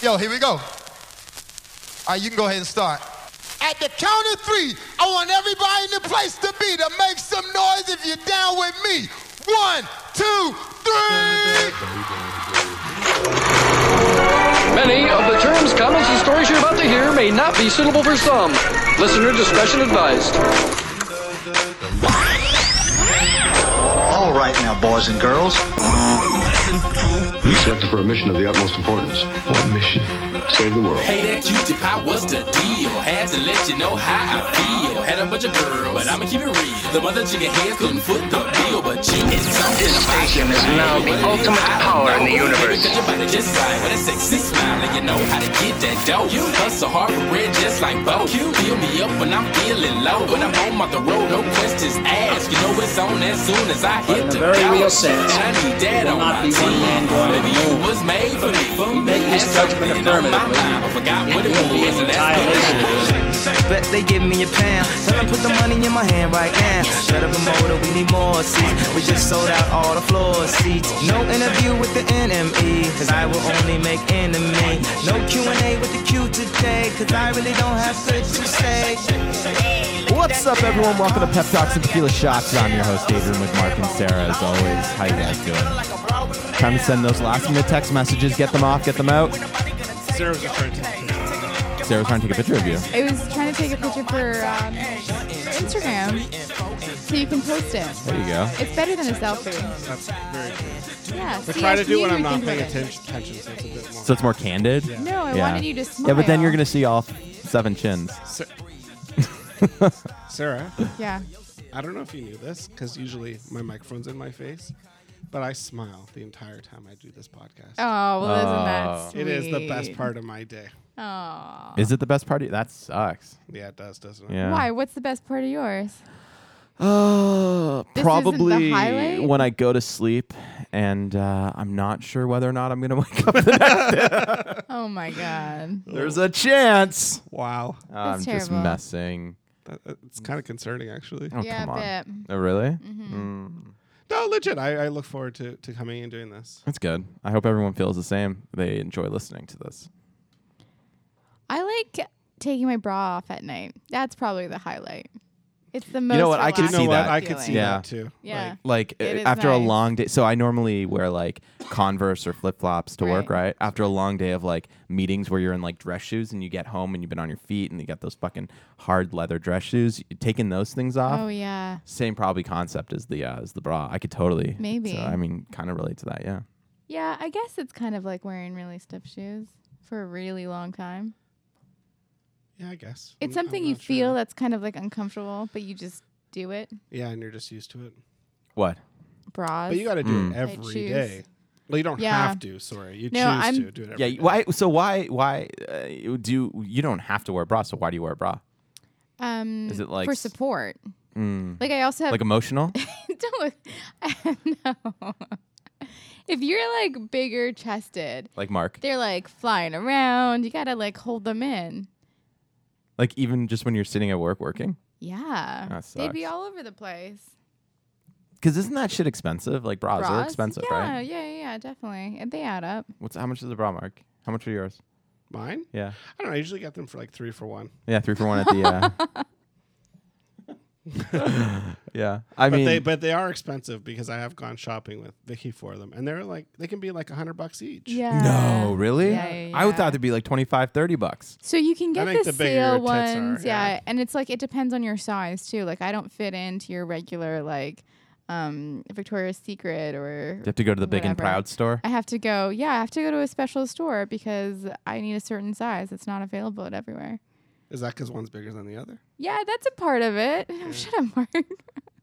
Yo, here we go. All right, you can go ahead and start. At the count of three, I want everybody in the place to be to make some noise if you're down with me. One, two, three. Many of the terms, comments, and stories you're about to hear may not be suitable for some. Listener discretion advised. All right now, boys and girls. You selected for a mission of the utmost importance. What mission? Save the world. Hey, that cutie pie, what's the deal? Had to let you know how I feel. Had a bunch of girls, but I'ma keep it real. The mother chicken heads couldn't foot the bill, but you did something This about station you. is now the ultimate power in the universe. Cause your body just fine with a sexy smile, and you know how to get that dough. You hustle hard for bread just like Bo. You fill me up when I'm feeling low. When I'm home on the road, no questions asked. You know it's on as soon as I hit in a the very couch. real sense, And I need that will on not my be one team. man going Baby, you alone. was made for me. For me, Make this That's something judgment on my affirmatively. mind. I forgot what it It will be was, and that's entirely good. Bet they give me a pound. Tell them put the money in my hand right now. Shut up and motor, we need more seats. We just sold out all the floor seats. No interview with the NME, cause I will only make enemy. No Q&A with the Q today, cause I really don't have much to say. What's up, everyone? Welcome to Pep Talks and Tequila Shots. I'm your host, Adrian, with Mark and Sarah, as always. How you guys doing? Time to send those last-minute text messages. Get them off. Get them out. Sarah's trying to take a picture of you. I was trying to take a picture for um, Instagram so you can post it. There you go. It's better than a selfie. That's very true. Yeah. But see, try I to knew do when you I'm would not think paying about it. attention. attention so it's a bit more. So it's more candid. No, I yeah. wanted you to smile. Yeah, but then you're gonna see all seven chins. Sarah, Yeah. I don't know if you knew this because usually my microphone's in my face, but I smile the entire time I do this podcast. Oh, well, isn't Oh. that sweet? It is the best part of my day. Oh. Is it the best party? That sucks. Yeah, it does, doesn't it? Yeah. Why? What's the best part of yours? Uh, This isn't the probably highlight? when I go to sleep, and uh, I'm not sure whether or not I'm gonna wake up. the next day. Oh my God. There's a chance. Wow. I'm That's just terrible. messing. That- that- It's kind of concerning, actually. Oh, Yeah, come a on. bit. Oh, really? Mm-hmm. Mm. No, legit. I, I look forward to, to coming and doing this. That's good. I hope everyone feels the same. They enjoy listening to this. I like taking my bra off at night. That's probably the highlight. It's the most. know what? I can You know see what? that. I could see Yeah. that too. Yeah. Like, Like uh, It is after a nice. long day, so I normally wear like Converse or flip flops to work, Right. right? After a long day of like meetings where you're in like dress shoes and you get home and you've been on your feet and you got those fucking hard leather dress shoes, y- taking those things off. Oh yeah. Same probably concept as the uh, as the bra. I could totally Maybe. So, I mean, kind of relate to that. Yeah. Yeah, I guess it's kind of like wearing really stiff shoes for a really long time. yeah, I guess. It's I'm- Mm, I'm something you not sure. feel that's kind of like uncomfortable, but you just do it. Yeah, and you're just used to it. What? Bras. But you got to do Mm. it every choose. day. Well, you don't Yeah. have to. Sorry, you No, choose I'm- to do it. Every Yeah. day. y- Why? So why? Why uh, you do you, you don't have to wear a bra? So why do you wear a bra? um, Is it like for s- Mm. support? Like I also have. Like emotional? don't look. no. if you're like bigger chested, like Mark? they're like flying around. You gotta like hold them in. Like even just when you're sitting at work working? Yeah, That they'd be sucks. all over the place. Because isn't that shit expensive? Like bras, are Bras? expensive, yeah, right? Yeah, yeah, yeah, definitely. And they add up. What's how much is a bra, Mark? How much are yours? Mine? Yeah, I don't know. I usually get them for like three for one. yeah, three for one at the. Uh, yeah, I But mean, they but they are expensive because I have gone shopping with Vicky for them, and they're like they can be like a hundred bucks each. Yeah. no, really? Yeah, yeah, I would yeah. thought it'd be like 25, 30 bucks. So you can I get think the, the bigger your sale tits are, ones, yeah. yeah. and it's like it depends on your size too. Like I don't fit into your regular like um Victoria's Secret or You have to go to the big and Whatever. proud store. I have to go. Yeah, I have to go to a special store because I need a certain size. It's not available at everywhere. Is that because one's bigger than the other? Yeah, that's a part of it. Shut up, Mark.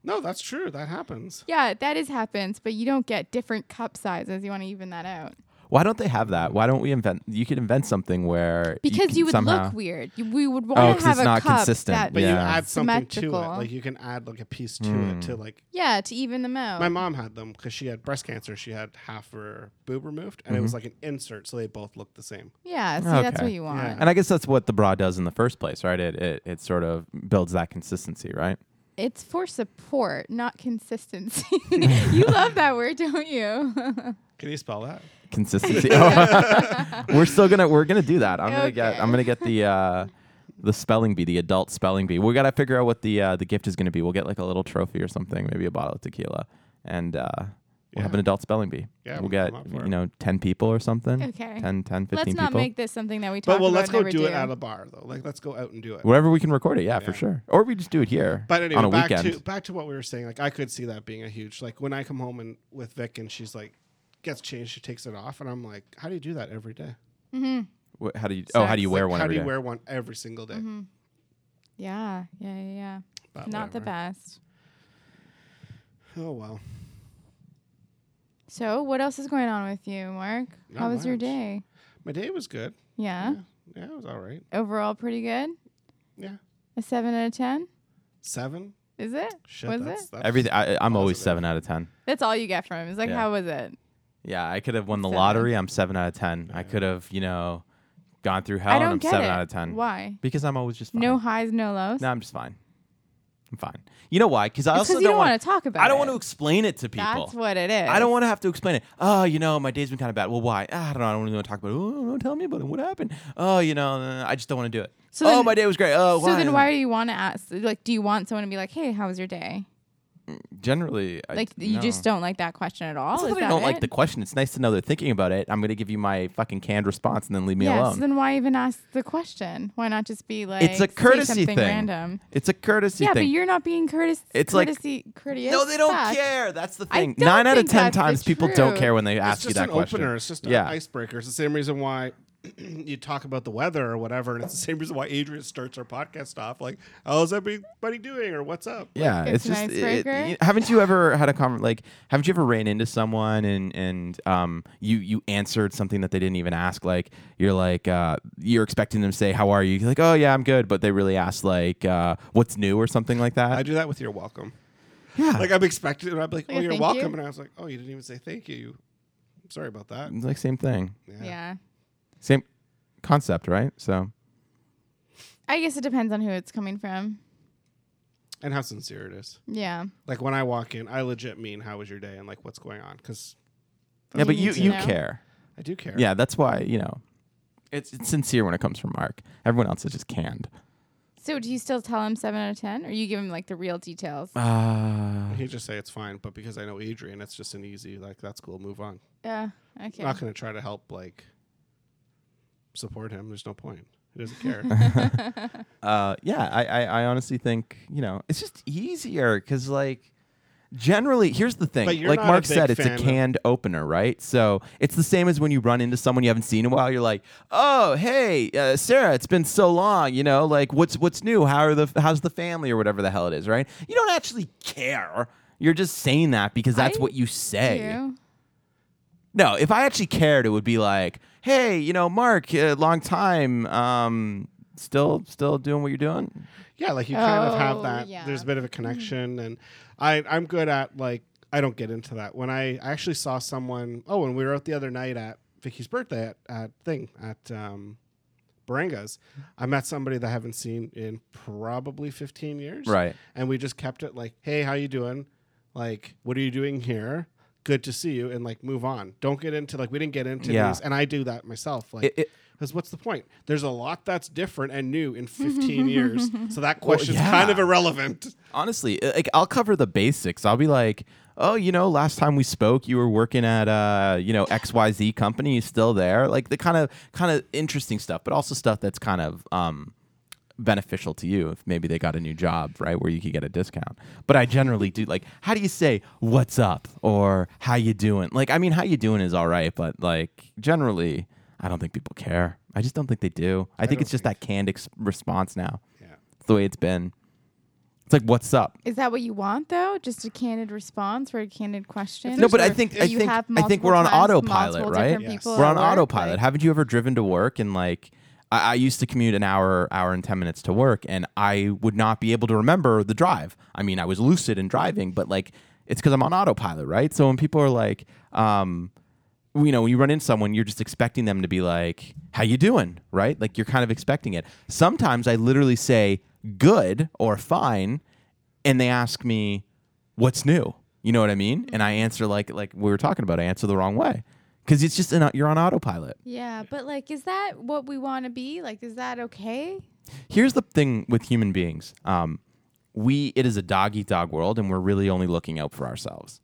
No, that's true. That happens. yeah, that is happens, but you don't get different cup sizes. You want to even that out Why don't they have that? Why don't we invent? You could invent something where because can you, would somehow, look weird. You, we would want Oh, to 'cause have it's a not cup consistent. that But you Yeah. Hmm. add something to it. Symmetrical. Like you can add like a piece to it to like. yeah to even them out. My mom had them because she had breast cancer. She had half her boob removed, and it was like an insert, so they both looked the same. yeah, see, Mm-hmm. that's Okay. what you want. Yeah. And I guess that's what the bra does in the first place, right? It it, it sort of builds that consistency, right? It's for support, not consistency. you love that word, don't you? Can you spell that? Consistency. Oh. we're still gonna we're gonna do that. I'm gonna get I'm Okay. gonna get the uh, the spelling bee, the adult spelling bee. We gotta figure out what the uh, the gift is gonna be. We'll get like a little trophy or something, maybe a bottle of tequila, and uh, we'll have an adult spelling bee. Yeah, we'll I'm get up for you it. know ten people or something. Okay. 10, 10 15 let's not people. make this something that we talk But well, about. let's go never do do it at a bar though. Like let's go out and do it. Whatever we can record it, yeah, for sure. Or we just do it here But anyway, on a back weekend. to back to what we were saying. Like I could see that being a huge like when I come home and with Vic and she's like gets changed, she takes it off, and I'm like, how do you do that every day? Mhm. Wh- how do you? Oh, how do you It's wear like, one How every do you day? wear one every single day? Mhm. Yeah, yeah, yeah, yeah. But Not the whatever. best. Oh well. So, what else is going on with you, Mark? Not How was your much. day? My day was good. Yeah. Yeah, it was all right. Overall, pretty good. Yeah. A seven out of ten. Seven. Is it? Shit, was that's, it? that's Everything. I, I'm always seven out of ten. That's all you get from him. It's like, Yeah. how was it? Yeah, I could have won the Seven. lottery. I'm seven out of ten. I could have, you know, gone through hell. I don't and I'm get seven it. out of ten. Why? Because I'm always just fine. No highs, no lows. No, I'm just fine. I'm fine. You know why? Because I It's also 'cause you don't want wanna talk about I don't it. want to explain it to people. That's what it is. I don't want to have to explain it. Oh, you know, my day's been kind of bad. Well, why? Ah, I don't know. I don't really want to talk about it. Oh, no, tell me about it. What happened? Oh, you know, uh, I just don't want to do it. So oh, then- my day was great. Oh, So then, why do you want to ask? Like, do you want someone to be like, "Hey, how was your day?" Generally, I- Like, you just no. don't like that question at all. It's not Oh, Is that that I don't it? like the question. It's nice to know they're thinking about it. I'm going to give you my fucking canned response and then leave me yeah, alone. So then, why even ask the question? Why not just be like, it's a say courtesy something thing. Random. It's a courtesy yeah, thing. but you're not being courteous. It's like- courtesy, courteous. no, they don't fuck. care. That's the I thing. don't Nine out of think ten that's the times, people don't truth. care when they It's ask you just that an question. opener. It's just yeah. an icebreaker. It's the same reason why you talk about the weather or whatever, and it's the same reason why Adrian starts our podcast off like, "How's everybody doing?" or "What's up?" yeah, it's it's, an just. it- icebreaker. you- haven't you ever had a conver- like? Haven't you ever ran into someone and and um you you answered something that they didn't even ask? Like you're like uh you're expecting them to say how are you? You're like oh yeah I'm good, but they really asked like uh what's new or something like that. I do that with your welcome. yeah, Like I'm expecting, and I'm like, Like "Oh, a you're thank welcome," you? and I was like, "Oh, you didn't even say thank you. You- Sorry about that." it's like same thing, Yeah. same concept, right? So I guess it depends on who it's coming from. And how sincere it is. Yeah. Like when I walk in, I legit mean, "How was your day?" and like, "What's going on?" Because yeah, but need you to you know. care. I do care. Yeah, that's why you know, it's, it's sincere when it comes from Mark. Everyone else is just canned. So do you still tell him seven out of ten, or you give him like the real details? Uh, He just say it's fine, but because I know Adrian, it's just an easy like that's cool. Move on. Yeah. Okay. Not gonna try to help like support him. There's no point. He doesn't care. uh, yeah, I, I, I honestly think you know it's just easier because like generally here's the thing But you're like not a mark big said it's a fan of- canned opener right so it's the same as when you run into someone you haven't seen in a while you're like oh hey uh, sarah it's been so long you know like what's what's new how are the how's the family or whatever the hell it is right you don't actually care you're just saying that because that's I what you say You? No, if I actually cared, it would be like, hey, you know, Mark, uh, long time, um, still, still doing what you're doing. yeah, like you kind of have Oh, that. yeah. There's a bit of a connection, and I I'm good at like I don't get into that. When I, I actually saw someone, oh, when we were out the other night at Vicky's birthday at, at thing at um, Baranga's, I met somebody that I haven't seen in probably 15 years. Right. and we just kept it like hey how you doing like what are you doing here good to see you and like move on don't get into like we didn't get into Yeah. these and i do that myself like It- it- because what's the point there's a lot that's different and new in 15 years so that question's yeah. kind of irrelevant Honestly, uh, like I'll cover the basics. I'll be like, oh, you know, last time we spoke, you were working at uh, you know, X Y Z company. You still there? Like the kind of kind of interesting stuff, but also stuff that's kind of um beneficial to you if maybe they got a new job right where you could get a discount but i generally do like how do you say what's up or how you doing like i mean how you doing is all right but like generally i don't think people care i just don't think they do i, think it's just that canned ex- response now Yeah. it's the way it's been it's like what's up Is that what you want though? Just a candid response or a candid question? No, but I Or think do I you think have I think multiple we're on times, autopilot, multiple right? different people We're at on work? autopilot. Like- Haven't you ever driven to work and like I, I used to commute an hour, hour and ten minutes to work, and I would not be able to remember the drive. I mean, I was lucid in driving, but like it's because I'm on autopilot, right? So when people are like, um, you know, when you run into someone, you're just expecting them to be like, "How you doing?" Right? Like you're kind of expecting it. Sometimes I literally say "good" or "fine," and they ask me what's new you know what i mean and i answer like like we were talking about i answer the wrong way because it's just an, you're on autopilot Yeah, but like, is that what we want to be? Like, is that okay? here's the thing with human beings um, we it is a dog eat dog world and we're really only looking out for ourselves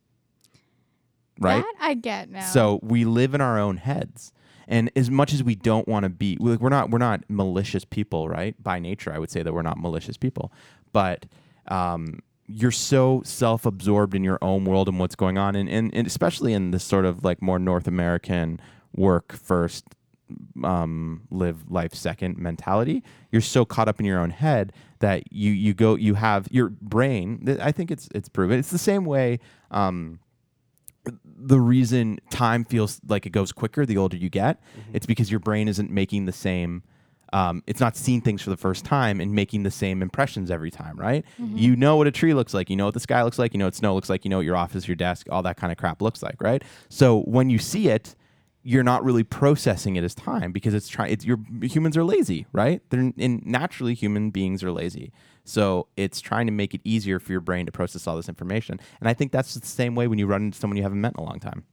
right That I get now. So we live in our own heads. And as much as we don't want to be, we- like we're not we're not malicious people, right? By nature, I would say that we're not malicious people. But um, you're so self-absorbed in your own world and what's going on, and, and and especially in this sort of like more North American work first, um, live life second mentality. You're so caught up in your own head that you you go you have your brain. th- I think it's it's proven. It's the same way. Um, the reason time feels like it goes quicker the older you get it's because your brain isn't making the same um, it's not seeing things for the first time and making the same impressions every time right you know what a tree looks like you know what the sky looks like you know what snow looks like you know what your office your desk all that kind of crap looks like right so when you see it you're not really processing it as time because it's trying it's your humans are lazy right they're in naturally human beings are lazy so it's trying to make it easier for your brain to process all this information and i think that's the same way when you run into someone you haven't met in a long time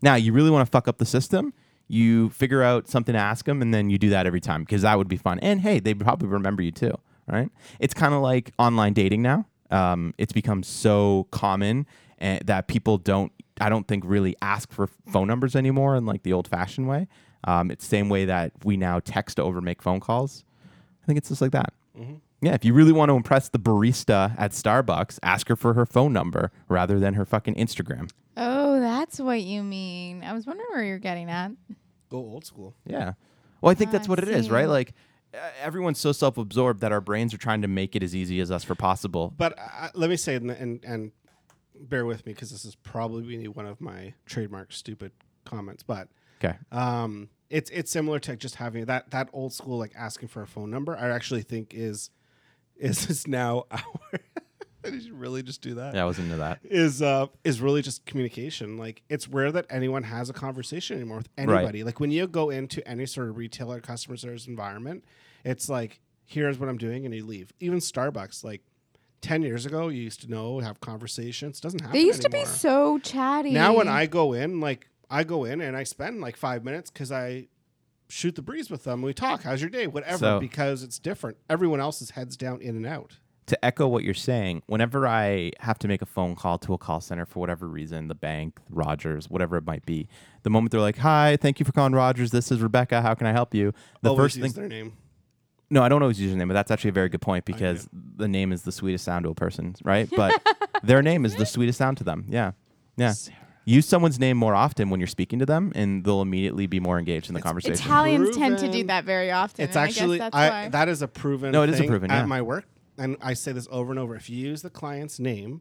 now you really want to fuck up the system you figure out something to ask them and then you do that every time because that would be fun and hey they probably remember you too right it's kind of like online dating now um, it's become so common eh, that people don't I don't think really ask for phone numbers anymore in like the old fashioned way. Um, it's the same way that we now text over make phone calls. I think it's just like that. Yeah, if you really want to impress the barista at Starbucks, ask her for her phone number rather than her fucking Instagram. oh, that's what you mean. I was wondering where you're getting at. Go old school. Yeah. Well, I think Ah, that's what I it is, see. right? Like uh, everyone's so self-absorbed that our brains are trying to make it as easy as us for possible. But uh, let me say, and and, and bear with me because this is probably one of my trademark stupid comments, but Okay. um, it's it's similar to just having that that old school like asking for a phone number. I actually think is is is now our. Did you really just do that? Yeah, I was into that. is uh is really just communication. Like it's rare that anyone has a conversation anymore with anybody. Like when you go into any sort of retailer customer service environment, it's like here's what I'm doing and you leave. Even Starbucks, like ten years ago, you used to know have conversations. It doesn't happen. They used to be anymore. so chatty. now when I go in, like I go in and I spend like five minutes because I shoot the breeze with them. We talk. How's your day? Whatever. So- because it's different. Everyone else is heads down, in and out. to echo what you're saying, whenever I have to make a phone call to a call center for whatever reason, the bank, Rogers, whatever it might be, the moment they're like, "Hi, thank you for calling Rogers. This is Rebecca. How can I help you?" The Always first use thing, their name. no, I don't always use your name, but that's actually a very good point because the name is the sweetest sound to a person, right? But their name is the sweetest sound to them. Yeah, yeah. Use someone's name more often when you're speaking to them, and they'll immediately be more engaged in the conversation. Italians tend to do proven- that very often. It's and actually I guess that's I, why. that is a proven. No, it is a thing proven, at yeah. my work, and I say this over and over. If you use the client's name,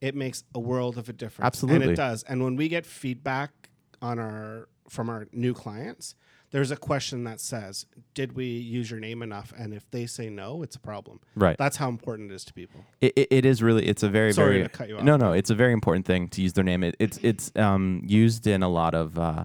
it makes a world of a difference. and Absolutely. it does. And when we get feedback on our from our new clients, there's a question that says, "Did we use your name enough?" And if they say no, it's a problem. Right. That's how important it is to people. it, it, it is really it's a very Sorry very to cut you off, no no it's a very important thing to use their name it, it's it's um used in a lot of uh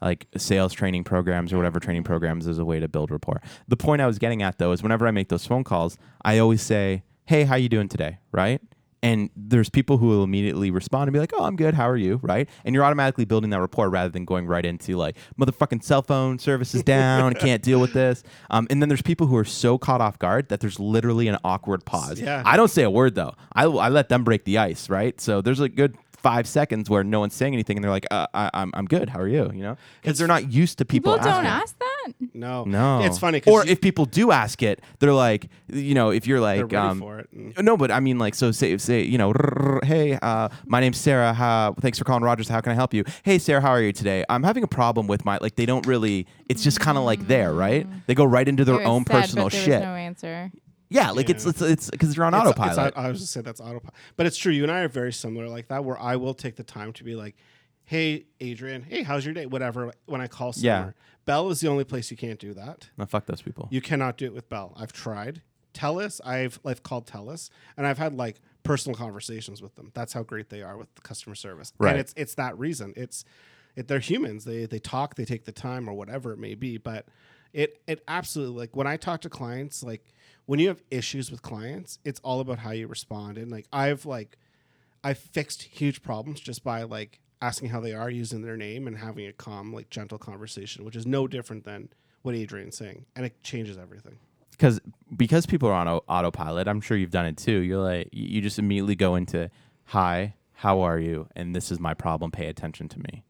like sales training programs or whatever training programs as a way to build rapport the point i was getting at though is whenever i make those phone calls i always say hey how you doing today right and there's people who will immediately respond and be like, "Oh, I'm good. How are you?" Right? And you're automatically building that rapport rather than going right into like, "Motherfucking cell phone service is down. I can't deal with this." Um, and then there's people who are so caught off guard that there's literally an awkward pause. Yeah. I don't say a word though. I, I let them break the ice, right? So there's a good five seconds where no one's saying anything, and they're like, uh, I, "I'm I'm good. How are you?" You know, because they're not used to people. people don't asking. ask that. No, No, Oh, It's funny. 'cause Or you- if people do ask it, they're like, you know, if you're like, ready um, for it and- no, but I mean, like, so say, say, you know, hey, uh, my name's Sarah. Uh, thanks for calling Rogers. How can I help you? Hey, Sarah, how are you today? I'm having a problem with my like. They don't really. It's just kind of like there, right? They go right into their It was own said, Mm. but personal there was shit. no answer. yeah, like it's it's it's because you're on It's- it's autopilot. au- I was just say that's autopilot, but it's true. You and I are very similar like that, where I will take the time to be like, "Hey, Adrian. Hey, how's your day? Whatever." When I call Yeah. somewhere, Bell is the only place you can't do that. no, fuck those people. You cannot do it with Bell. I've tried. Telus, I've I've called Telus, and I've had like personal conversations with them. That's how great they are with the customer service. Right. And it's it's that reason. It's it, they're humans. They they talk. They take the time or whatever it may be. But It it absolutely like when I talk to clients, like when you have issues with clients, it's all about how you respond. And like I've like I fixed huge problems just by like asking how they are, using their name, and having a calm, like gentle conversation, which is no different than what Adrian's saying, and it changes everything. because because people are on au- autopilot i'm sure you've done it too you're like you you just immediately go into hi how are you and this is my problem pay attention to me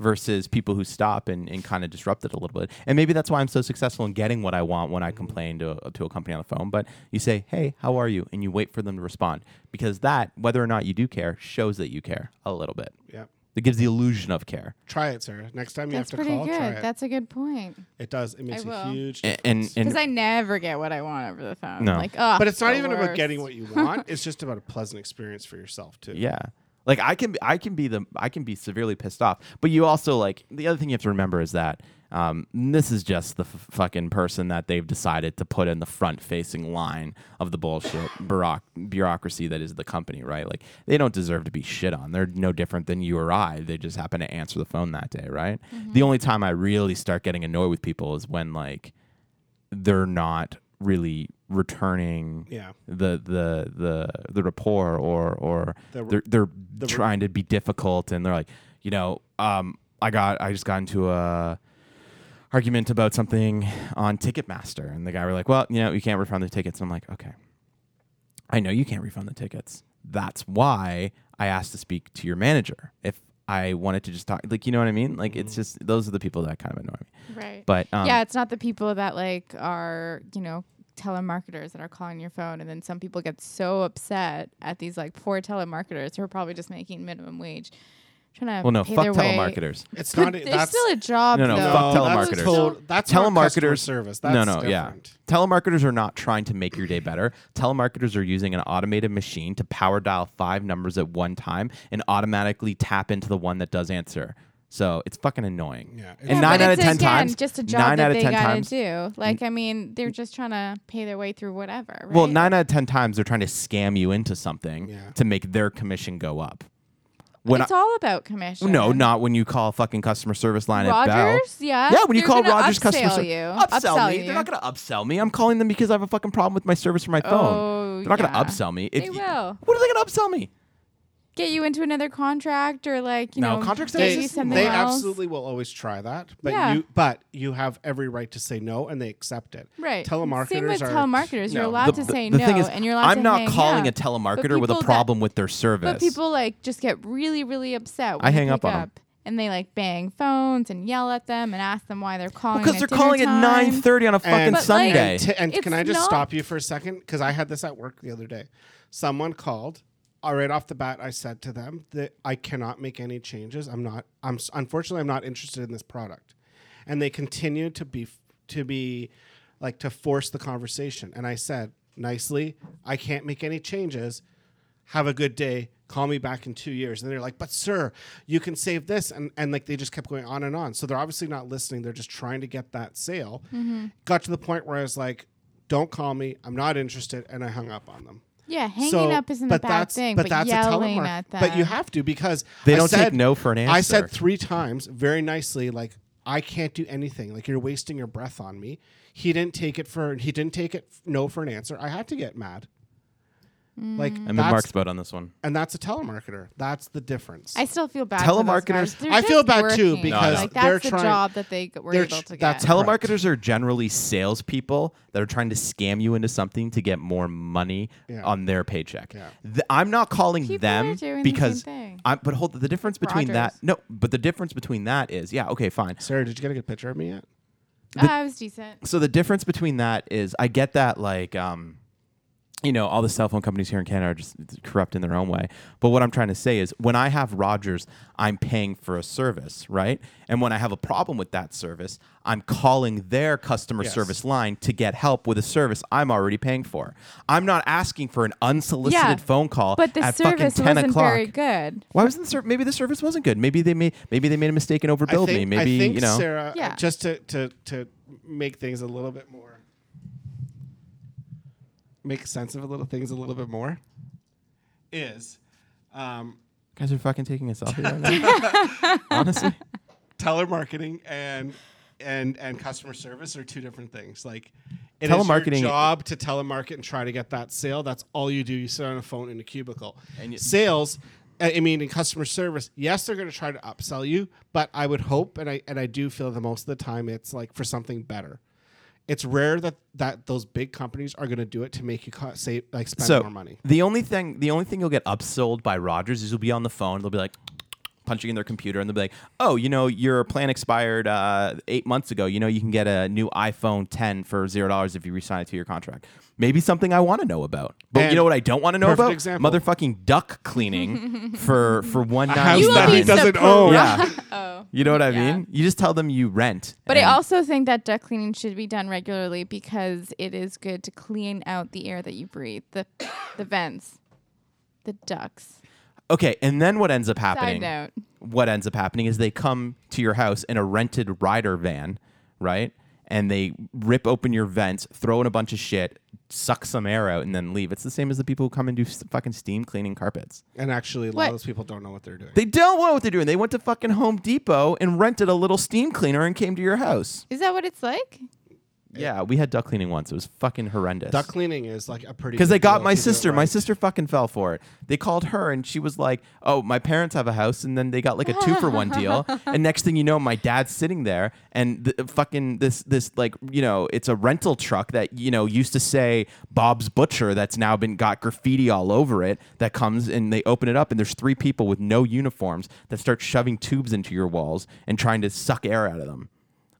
versus people who stop and, and kind of disrupt it a little bit and maybe that's why i'm so successful in getting what i want when i complain to a, to a company on the phone but you say hey how are you and you wait for them to respond because that whether or not you do care shows that you care a little bit Yeah. it gives the illusion of care Try it, Sarah. Next time you That's have to pretty call, try good. it. That's a good point. it does. It makes a will. huge A- and- difference. and- Because I never get what I want over the phone. No. Like, oh, but it's not even about worst. getting what you want. it's just about a pleasant experience for yourself too. Yeah. Like I can I can be the I can be severely pissed off. But you also like the other thing you have to remember is that um, this is just the f- fucking person that they've decided to put in the front facing line of the bullshit bureauc- bureaucracy that is the company, right? Like they don't deserve to be shit on. They're no different than you or I. They just happen to answer the phone that day, right? The only time I really start getting annoyed with people is when like they're not really returning Yeah. the the the the rapport or or The- they're they're trying to be difficult and they're like you know um I got I just got into a argument about something on Ticketmaster and the guy were like well you know you can't refund the tickets and I'm like okay I know you can't refund the tickets that's why I asked to speak to your manager if I wanted to just talk like you know what I mean like Mm. it's just those are the people that kind of annoy me Right. but um, yeah, it's not the people that like are, you know, telemarketers that are calling your phone and then some people get so upset at these like poor telemarketers who are probably just making minimum wage. Trying to well no pay fuck their way- telemarketers. It's But not. e- there's That's still a job No, no, though. fuck No, that's telemarketers. tot- that's not customer telemarketers service. no, That's no, yeah. different. Telemarketers are not trying to make your day better. Telemarketers are using an automated machine to power dial five numbers at one time and automatically tap into the one that does answer. So it's fucking annoying. Yeah, and Yeah, nine but out of it's, ten again, times, just a job nine that out of they ten gotta times, do. Like, I mean, they're just trying to pay their way through whatever. Right? well, nine out of ten times they're trying to scam you into something Yeah. to make their commission go up. When it's I- all about commission. no, not when you call fucking customer service line at Bell. Rogers, yeah. Yeah, when you They're call gonna Rogers customer upsell service, you. upsell, Upsell me. you. They're not gonna upsell me. I'm calling them because I have a fucking problem with my service for my phone. Oh, They're not yeah. gonna upsell me. They will. What are they gonna upsell me? get you into another contract or like you No, know contracts get don't you They, exist something they else. absolutely will always try that, but Yeah. you but you have every right to say no, and they accept it. Right. Telemarketers Same with are, telemarketers. You're No. allowed to say no, and you're allowed I'm to not hang calling up. a telemarketer But with a people that- problem with their service. But people like just get really, really upset. When I you hang up pick on 'em. and they like bang phones and yell at them and ask them why they're calling. because at they're dinner calling time. at 9:30 on a fucking And- like- Sunday. Right. T- and It's can I just not- stop you for a second? Because I had this at work the other day. Someone called. All right off the bat, I said to them that I cannot make any changes. I'm not. I'm s- unfortunately I'm not interested in this product, and they continued to be f- to be like to force the conversation. And I said nicely, I can't make any changes. Have a good day. Call me back in two years. And they're like, but sir, you can save this. And, and like they just kept going on and on. So they're obviously not listening. They're just trying to get that sale. Mm-hmm. Got to the point where I was like, don't call me. I'm not interested. And I hung up on them. Yeah, hanging So- up isn't a but bad that's- thing, but but, that's a yelling telemark- at them. But you have to because They I don't take said- no for an I answer. said three times very nicely, like I can't do anything. Like you're wasting your breath on me. He didn't take it for. He didn't take it f- no for an answer. I had to get mad. Like I'm in that's- Mark's boat on this one. and that's a telemarketer. That's the difference. I still feel bad. for those Telemarketers- guys. They're I just feel bad too, working. because like, they're that's the trying- job that they g- were they're able tr- to get. that's Correct. Telemarketers are generally salespeople that are trying to scam you into something to get more money Yeah. on their paycheck. Yeah. Th- I'm not calling People them are doing the same because thing. I, but hold the difference between that Rogers. no, but the difference between that is yeah okay fine. Sarah, did you get a good picture of me yet? Ah, I was decent. So the difference between that is I get that like um, you know all the cell phone companies here in Canada are just corrupt in their own way. But what I'm trying to say is when I have Rogers, I'm paying for a service, right? And when I have a problem with that service, I'm calling their customer Yes. service line to get help with a service I'm already paying for. I'm not asking for an unsolicited Yeah, phone call But the at fucking service 10 wasn't o'clock. very good. Why wasn't the ser- maybe the service wasn't good? Maybe they made maybe they made a mistake and overbilled I think, me. Maybe I think you know. Sarah. Yeah. Uh, Just to, to to make things a little bit more, make sense of a little things a little bit more, is. Um, guys are fucking taking a selfie right now. Honestly. telemarketing and and and customer service are two different things. Like it Telemarketing- is your job to telemarket and try to get that sale. That's all you do. You sit on a phone in a cubicle. And you- Sales, I I mean, in customer service, yes, they're going to try to upsell you, but I would hope, and I and I do feel that most of the time it's like for something better. It's rare that that those big companies are going to do it to make you co- save like spend so more money. the only thing the only thing you'll get upsold by Rogers is you'll be on the phone. They'll be like punching in their computer and they'll be like, "Oh, you know, your plan expired uh, eight months ago. You know, you can get a new iPhone 10 for zero dollars if you resign it to your contract." Maybe something I want to know about, but you And know what I don't want to know perfect about? example. Motherfucking duck cleaning for for one house night. You that will he be doesn't own. Yeah. Oh. You know what I mean? You just tell them you rent. But I and- also think that duct cleaning should be done regularly because it is good to clean out the air that you breathe, the the vents, the ducts. Okay, and then what ends up happening? note. What ends up happening is they come to your house in a rented rider van, right? And they rip open your vents, throw in a bunch of shit, suck some air out, and then leave. It's the same as the people who come and do s- fucking steam cleaning carpets. And actually, a lot What? of those people don't know what they're doing. They don't know what they're doing. They went to fucking Home Depot and rented a little steam cleaner and came to your house. Is that what it's like? Yeah, we had duck cleaning once. It was fucking horrendous. Duck cleaning is like a pretty Because they big got deal my if you do it sister. My right. sister fucking fell for it. They called her and she was like, "Oh, my parents have a house," and then they got like a two for one deal. And next thing you know, my dad's sitting there and the, uh, fucking this this like you know it's a rental truck that you know used to say Bob's Butcher that's now been got graffiti all over it. That comes and they open it up and there's three people with no uniforms that start shoving tubes into your walls and trying to suck air out of them.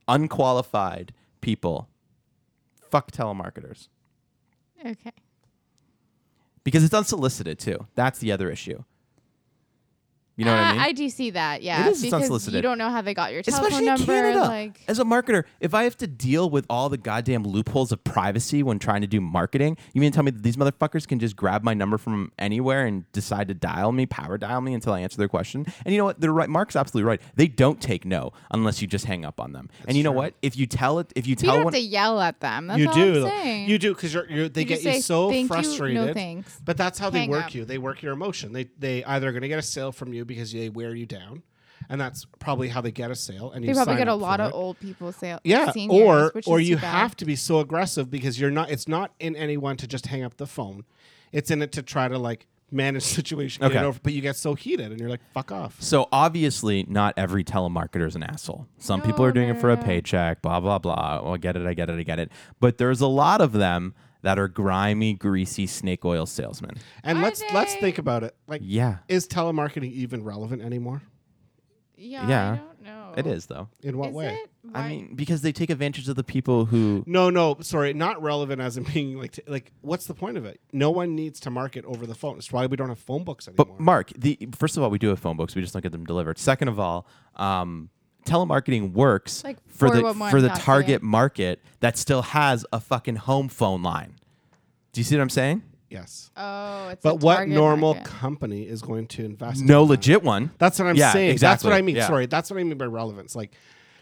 Unqualified people. Fuck telemarketers Okay. because it's unsolicited too. That's the other issue. You know what I Uh, mean? I do see that. Yeah. is, it's because You unsolicited. don't know how they got your telephone Especially in number. Canada. Like As a marketer, if I have to deal with all the goddamn loopholes of privacy when trying to do marketing, you mean to tell me that these motherfuckers can just grab my number from anywhere and decide to dial me, power dial me until I answer their question? And you know what? They're right. Mark's absolutely right. They don't take no unless you just hang up on them. and you know what? If you tell it, if you you don't tell have one, to yell at them. That's you all do I'm though. saying. you do because you're, you're they You get just you say, so "Thank you, no frustrated thanks. but that's how Hang they work up. you they work your emotion they they either are going to get a sale from you because they wear you down and that's probably how they get a sale and They you probably sign get a up lot for of it. old people say yeah seniors, or which or is you too bad. have to be so aggressive because you're not it's not in anyone to just hang up the phone it's in it to try to like manage the situation get it Okay. over, but you get so heated and you're like fuck off So obviously, not every telemarketer is an asshole. Some people are doing it for a paycheck, blah blah blah. Well, I get it, I get it, I get it. But there's a lot of them that are grimy, greasy snake oil salesmen. and Are let's let's they? think about it like Yeah, is telemarketing even relevant anymore Yeah. Yeah. I don't know. it is though. in what Is way it? I Why- mean, because they take advantage of the people who. No, no, sorry, not relevant as in being like t- like what's the point of it? No one needs to market over the phone. It's why we don't have phone books anymore. But Mark, the first of all, we do have phone books. We just don't get them delivered. Second of all, um, telemarketing works Like for the 411 for the dot ca. target market that still has a fucking home phone line. Do you see what I'm saying? yes. Oh, it's a but what target normal market. company is going to invest? No in that? legit one. That's what I'm Yeah, saying. That's exactly. what I mean. Yeah. Sorry, that's what I mean by relevance. Like,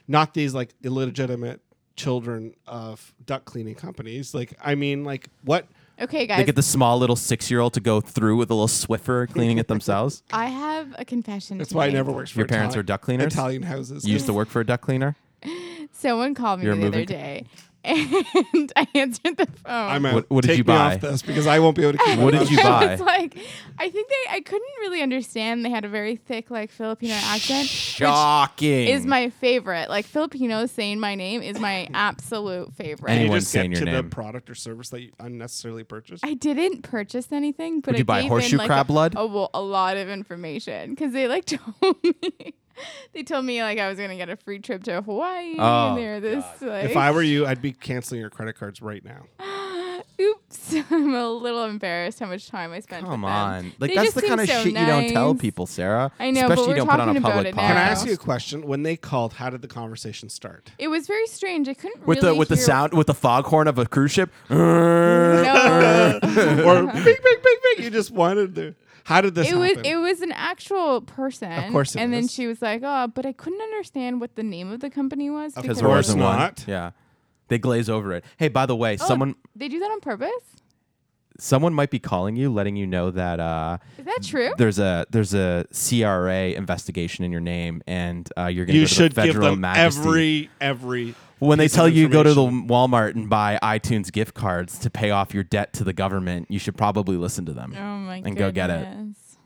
not these like illegitimate children of duck cleaning companies. Like, I mean, like what? okay, They guys. get the small little six year old to go through with a little Swiffer cleaning it themselves. I have a confession. That's to why it make. never works. For Your parents Itali- are duck cleaners? Italian houses. You used to work for a duck cleaner? Someone called me You're the other moving- day, and I answered the phone. I'm out. What- what did Uh, Take you me buy? off this because I won't be able to keep. What it did up. you I buy? was like, I think they, I couldn't really understand. They had a very thick, like Filipino accent, Shocking. which is my favorite. Like Filipinos saying my name is my absolute favorite. Any- You Anyone just saying get your to the name. product or service that you unnecessarily purchased. I didn't purchase anything, but Would you I buy gave horseshoe in, like, crab a, blood? A, wo- a lot of information because they like told me. They told me like I was gonna get a free trip to Hawaii Oh, and they were this like If I were you, I'd be canceling your credit cards right now. oops I'm a little embarrassed how much time I spent with Come them. on. Like, They that's just the seem kind of so shit you don't tell nice. people, Sarah. I know, but Especially we're you don't put on talking a about public it podcast. now. Can I ask you a question? When they called, how did the conversation start? It was very strange. I couldn't With really the with the hear- sound with the foghorn of a cruise ship? That's No, or bing, bing, bing, bing. You just wanted to. How did this it was happen? it was an actual person. Of course it and then is. she was like, "Oh, but I couldn't understand what the name of the company was." because- there course wasn't one. not. Yeah. They glaze over it. Hey, by the way, Oh, someone they do that on purpose. someone might be calling you, letting you know that uh, Is that Mm, true? there's a there's a CRA investigation in your name, and uh, you're going You go to should the give federal them every majesty. every. when they piece of tell you go to the information. Walmart and buy iTunes gift cards to pay off your debt to the government, you should probably listen to them Oh my and go get it. goodness.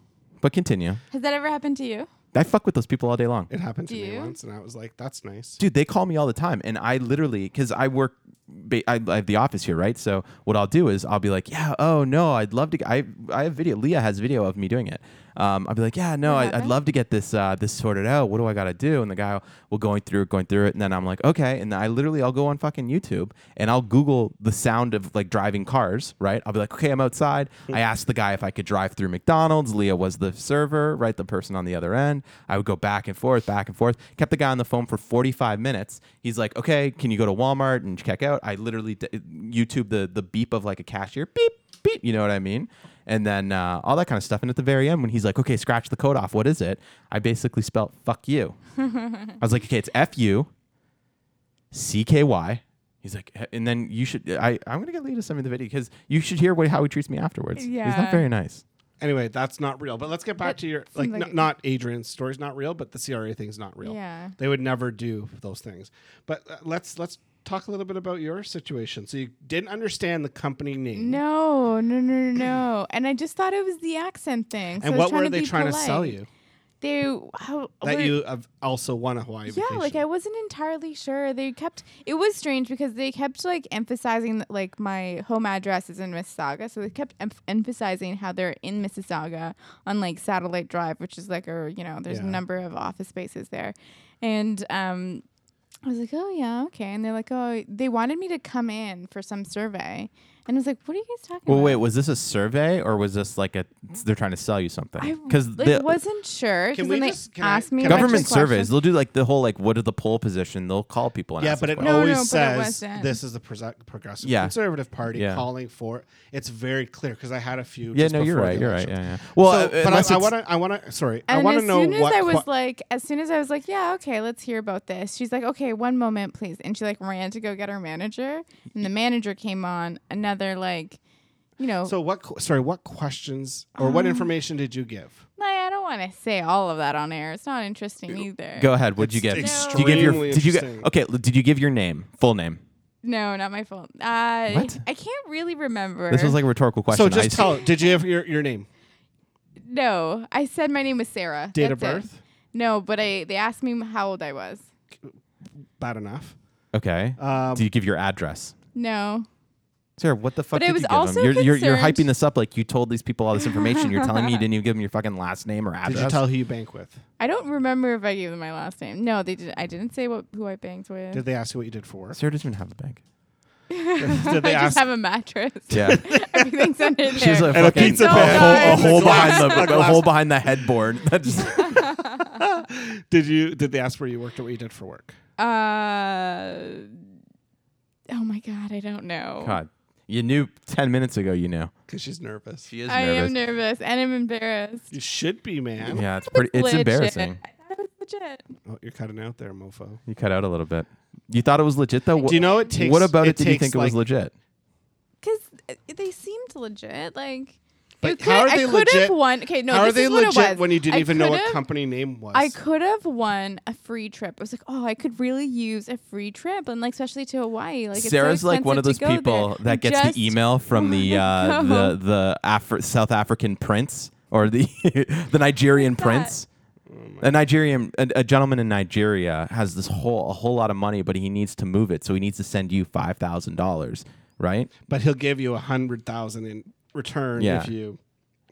But continue. Has that ever happened to you? I fuck with those people all day long. It happened to Do me you? once, and I was like, "That's nice." Dude, they call me all the time, and I literally because I work, ba- I, I have the office here, right? So what I'll do is I'll be like, yeah, oh no, I'd love to. g- I I have video. Leah has video of me doing it. Um, I'll be like, yeah, no, What I, I'd happened? love to get this uh, this sorted out. What do I got to do? And the guy will going through it, going through it, and then I'm like, okay, and I literally I'll go on fucking YouTube and I'll Google the sound of like driving cars, right? I'll be like, okay, I'm outside. I asked the guy if I could drive through McDonald's. Leah was the server, right? The person on the other end. I would go back and forth, back and forth. Kept the guy on the phone for 45 minutes. He's like, okay, can you go to Walmart and check out? I literally d- YouTube the the beep of like a cashier beep beep. You know what I mean? And then uh, all that kind of stuff. And at the very end, when he's like, okay, scratch the code off. What is it? I basically spelt fuck you. I was like, okay, it's F U C K Y. He's like, "Eh," and then you should. I I'm gonna get Lee to send me the video because you should hear what, how he treats me afterwards. he's not Yeah. very nice. Anyway, that's not real. But let's get back That to your like, seems like n- it- not Adrian's story's not real, but the CRA thing's not real. Yeah. they would never do those things. But uh, let's let's talk a little bit about your situation. So you didn't understand the company name. No, no, no, no, no. And I just thought it was the accent thing. So I And was what trying were to they be trying to polite. sell you? They how, That were- you have also won a Hawaii Yeah, vacation. like I wasn't entirely sure. They kept it was strange because they kept like emphasizing that like my home address is in Mississauga, so they kept em- emphasizing how they're in Mississauga on like Satellite Drive, which is like a you know there's Yeah. a number of office spaces there, and um, I was like, oh yeah, okay, and they're like, oh, they wanted me to come in for some survey, and I was like, what are you guys talking Well, about? wait, was this a survey or was this like a? They're trying to sell you something I because like, the wasn't sure. Can 'cause we then they just- can I- asked me can a bunch of government surveys. questions. They'll do like the whole like what are the poll position? They'll call people. And Yeah, ask but this it question. No, always no, but it says wasn't. this is the pro- progressive Yeah. conservative party Yeah. calling for. It's very clear because I had a few. Yeah, just no, you're before right. the You're right. elections. Yeah, yeah. Well, So- uh, but unless I- I it's- want to. I want to. Sorry, I And want to as know soon as what. I qua- was like, as soon as I was like, yeah, okay, let's hear about this. She's like, okay, one moment, please. And she like ran to go get her manager, and the manager came on another like, you know, Um, so what? qu- Sorry, what questions or what information did you give? like, I don't want to say all of that on air. It's not interesting either. Go ahead. What'd you It's give? Did you give your? extremely Did you get? interesting. Okay. l- Did you give your name? Full name. No, not my phone. Uh, What? I can't really remember. This was like a rhetorical question. so I just s- tell. Did you have your, your name? no. I said my name was Sarah. Date of That's it. birth? No, but I they asked me how old I was. Bad enough. Okay. Um, Do you give your address? No. Sarah, what the fuck But I did was you give also him? You're, you're, you're concerned- hyping this up like you told these people all this information. You're telling me you didn't even give them your fucking last name or address. Did you tell who you bank with? I don't remember if I gave them my last name. No, they did. I didn't say what who I banked with. Did they ask you what you did for work? Sarah doesn't even have a bank. Did they I ask? just have a mattress. Yeah, Everything's under there. she has a And a fucking pizza a pan. hole, a Nice. hole behind Glass. the a hole behind the headboard. That just- did you? Did they ask where you worked or what you did for work? uh, oh my god, I don't know. God, you knew ten minutes ago. You knew Because she's nervous. she is I am nervous and I'm embarrassed. you should be, man. Yeah, it's pretty. It's Legit. embarrassing. I thought it was legit. Oh, you're cutting out there, mofo. You cut out a little bit. You thought it was legit though. Do you know it takes- What about it? it did you takes, think it was like- legit? Cause uh, they seemed legit. Like, But you could, how are they I could legit? have won. Okay, no, how this are they is what it legit was. when you didn't I even know what could've- company name was? I could have won a free trip. I was like, oh, I could really use a free trip, and like especially to Hawaii. Like, it's so Sarah's like one of those expensive to go people there. that gets Just Oh the email from the uh, wanna the go. the Afri- South African prince or the the Nigerian that? prince. A Nigerian, a, a gentleman in Nigeria has this whole a whole lot of money, but he needs to move it, so he needs to send you five thousand dollars, right? but he'll give you a hundred thousand in return Yeah. if you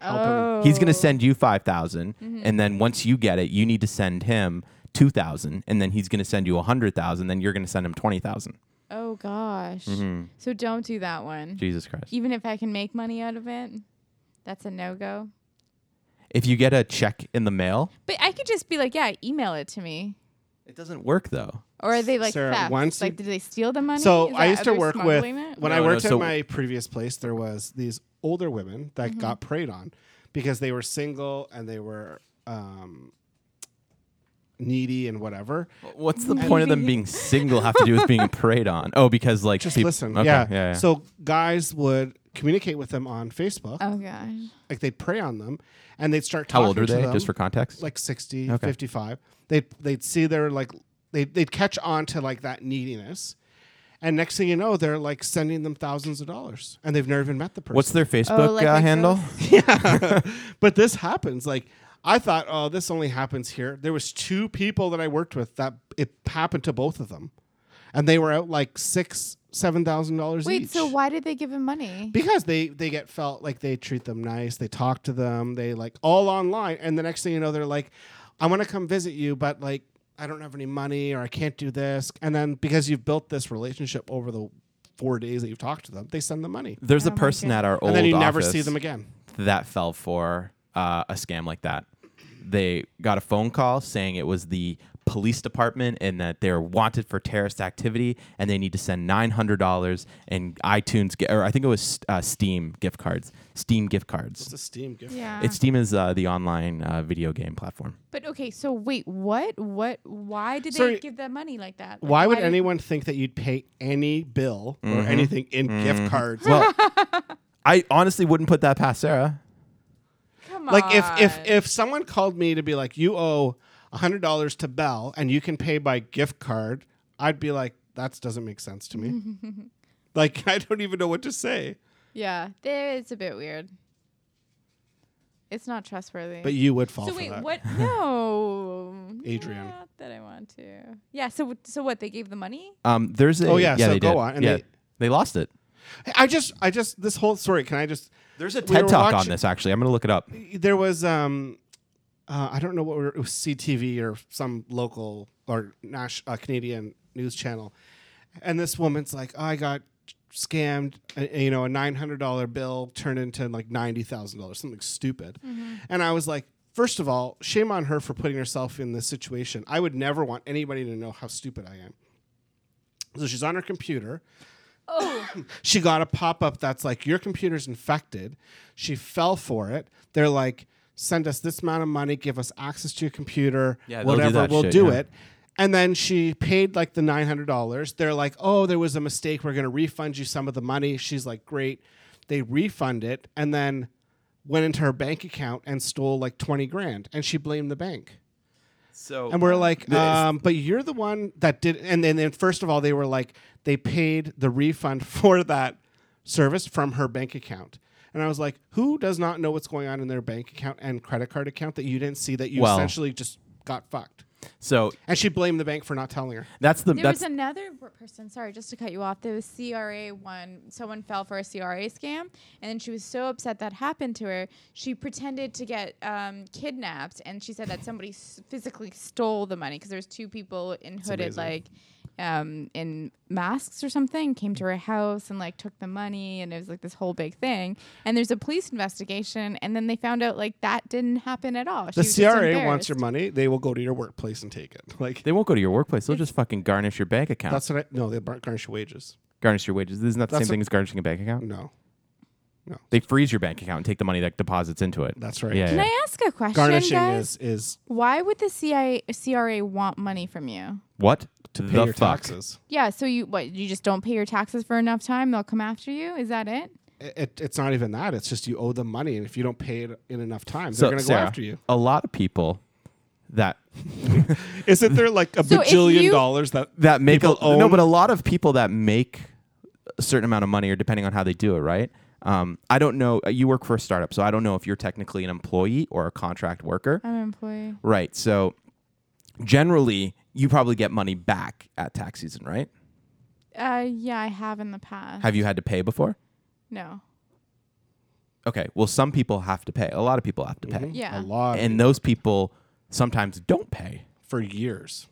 help him. Oh. Mm-hmm. He's gonna send you five and then once you get it, you need to send him two thousand, and then he's gonna send you a hundred thousand, then you're gonna send him twenty thousand. Oh gosh. Mm-hmm. So don't do that one. Jesus Christ! Even if I can make money out of it, that's a no go. If you get a check in the mail, But I could just be like, yeah, email it to me. it doesn't work though. Or are they like Sarah, theft? once like, you- did they steal the money? So Is I that- used to are they work with smuggling it? when I No, no, worked at so- my previous place. There was these older women that Mm-hmm. got preyed on because they were single and they were um, needy and whatever. What's the point of them being single have to do with being preyed on? Oh, because like Just peop- listen. Okay, yeah. yeah, yeah. So guys would communicate with them on Facebook. Oh gosh. Like they'd prey on them, and they'd start. How Talking old are to they, them, just for context? Like 60, Okay. 55. They'd they'd see their like they they'd catch on to like that neediness, and next thing you know, they're like sending them thousands of dollars, and they've never even met the person. What's their Facebook uh, handle? yeah. but this happens. Like I thought, oh, this only happens here. There was two people that I worked with that it happened to both of them, and they were out like six, seven thousand dollars Wait, each. so why did they give him money? because they they get felt like they treat them nice, they talk to them, they like all online, and the next thing you know, they're like, I want to come visit you, but like I don't have any money or I can't do this, and then because you've built this relationship over the four days that you've talked to them, they send them money. There's a person at our old and then you never office see them again. that fell for uh, a scam like that. They got a phone call saying it was the police department and that they're wanted for terrorist activity and they need to send $900 in iTunes gi- or I think it was uh, Steam gift cards. Steam gift cards. It's a Steam gift. Yeah. It's Steam is uh, the online uh, video game platform. But okay, so wait, what? What? Why did Sorry. they give them money like that? Like, Why would did- anyone think that you'd pay any bill or Mhm. anything in Mm-hmm. gift cards? Well, I honestly wouldn't put that past Sarah. Come like if on. if if someone called me to be like, you owe hundred dollars to Bell and you can pay by gift card, I'd be like, that doesn't make sense to me. like I don't even know what to say. yeah, there- it's a bit weird. It's not trustworthy. But you would fall so for wait, that. what? No, Adrian. Not that I want to. Yeah. So w- so what? They gave the money. Um, there's a Oh, yeah, so they go did. on, and yeah, they- they lost it. I just I just this whole story. Can I just? There's a we TED were talk on watching- this actually. I'm gonna look it up. There was um, uh, I don't know what we were, it was CTV or some local or Nash uh, Canadian news channel, and this woman's like, "Oh, I got scammed, uh, you know, a nine hundred dollar bill turned into like ninety thousand dollars, something stupid, and I was like. First of all, shame on her for putting herself in this situation. I would never want anybody to know how stupid I am. So she's on her computer. she got a pop up that's like, Your computer's infected. She fell for it. They're like, Send us this amount of money, give us access to your computer, Yeah, they'll do whatever, that we'll shit, do yeah. it. And then she paid like the $900. They're like, Oh, there was a mistake. We're going to refund you some of the money. She's like, Great. They refund it and then went into her bank account and stole like 20 grand. And she blamed the bank. So And we're like, This- um, but you're the one that did. And then, then first of all, they were like, they paid the refund for that service from her bank account. And I was like, who does not know what's going on in their bank account and credit card account that you didn't see that you Well- essentially just got fucked? so And she blamed the bank for not telling her. that's the There that's was another w- person. Sorry, just to cut you off. There was CRA one. Someone fell for a CRA scam, and she was so upset that happened to her. She pretended to get um, kidnapped, and she said that somebody s- physically stole the money because there was two people in hooded, amazing. like um, in masks or something, came to her house and like took the money, and it was like this whole big thing. And there's a police investigation, and then they found out like that didn't happen at all. She The was just CRA wants your embarrassed. money. They will go to your workplace and take it. Like, They won't go to your workplace. They'll just fucking garnish your bank account. that's what I. No, they bar- garnish your wages. garnish your wages. This is not the That's same what- thing as garnishing a bank account. No, They freeze your bank account and take the money that deposits into it. That's right. Yeah. Can yeah. I ask a question, garnishing guys? is is Why would the CIA, CRA want money from you? what? to pay the your fuck? taxes. Yeah, so you what? You just don't pay your taxes for enough time, they'll come after you. Is that it? It, it- it's not even that. It's just you owe them money, and if you don't pay it in enough time, So, they're going to go Sarah, after you. A lot of people that Isn't there like a So if bajillion you- dollars that that make a, people own? no, but a lot of people that make a certain amount of money, or depending on how they do it, right? Um, I don't know. You work for a startup, so I don't know if you're technically an employee or a contract worker. I'm an employee. Right. So generally, you probably get money back at tax season, right? Uh, yeah, I have in the past. Have you had to pay before? no. Okay. Well, some people have to pay. A lot of people have to pay. Yeah. a lot And those people sometimes don't pay. for years.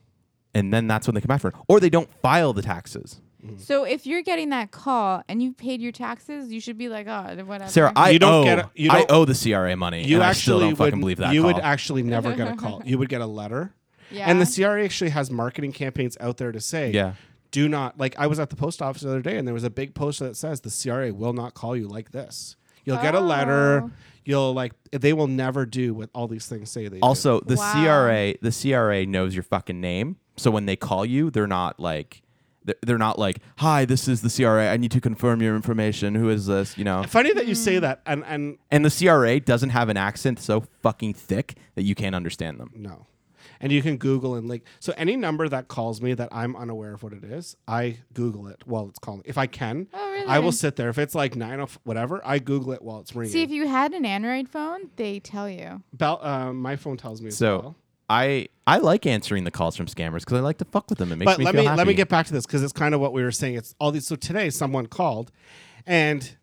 And then that's when they come after it. Or they don't file the taxes. So if you're getting that call and you paid your taxes, you should be like, oh, whatever. Sarah, I You don't owe get a- you I don't- owe the CRA money. You and I still actually don't fucking would. believe that. you would call. actually never get a call. You would get a letter. Yeah. And the CRA actually has marketing campaigns out there to say, Yeah. do not like. I was at the post office the other day, and there was a big poster that says the CRA will not call you like this. You'll get a letter. Oh. You'll like. They will never do what all these things say they do. also, the Wow. CRA the CRA knows your fucking name. So when they call you, they're not like they're, they're not like, "Hi, this is the CRA. I need to confirm your information. Who is this?" You know. Funny that you say that. And and And the CRA doesn't have an accent so fucking thick that you can't understand them. no, and you can Google and like so any number that calls me that I'm unaware of what it is, I Google it while it's calling. If I can, Oh, really? I will sit there. If it's like nine of whatever, I Google it while it's ringing. See, if you had an Android phone, they tell you. Bell, uh, my phone tells me. as well. So I I like answering the calls from scammers because I like to fuck with them. It makes but me let feel me happy. let me get back to this because it's kind of what we were saying. It's all these. So today, someone called, and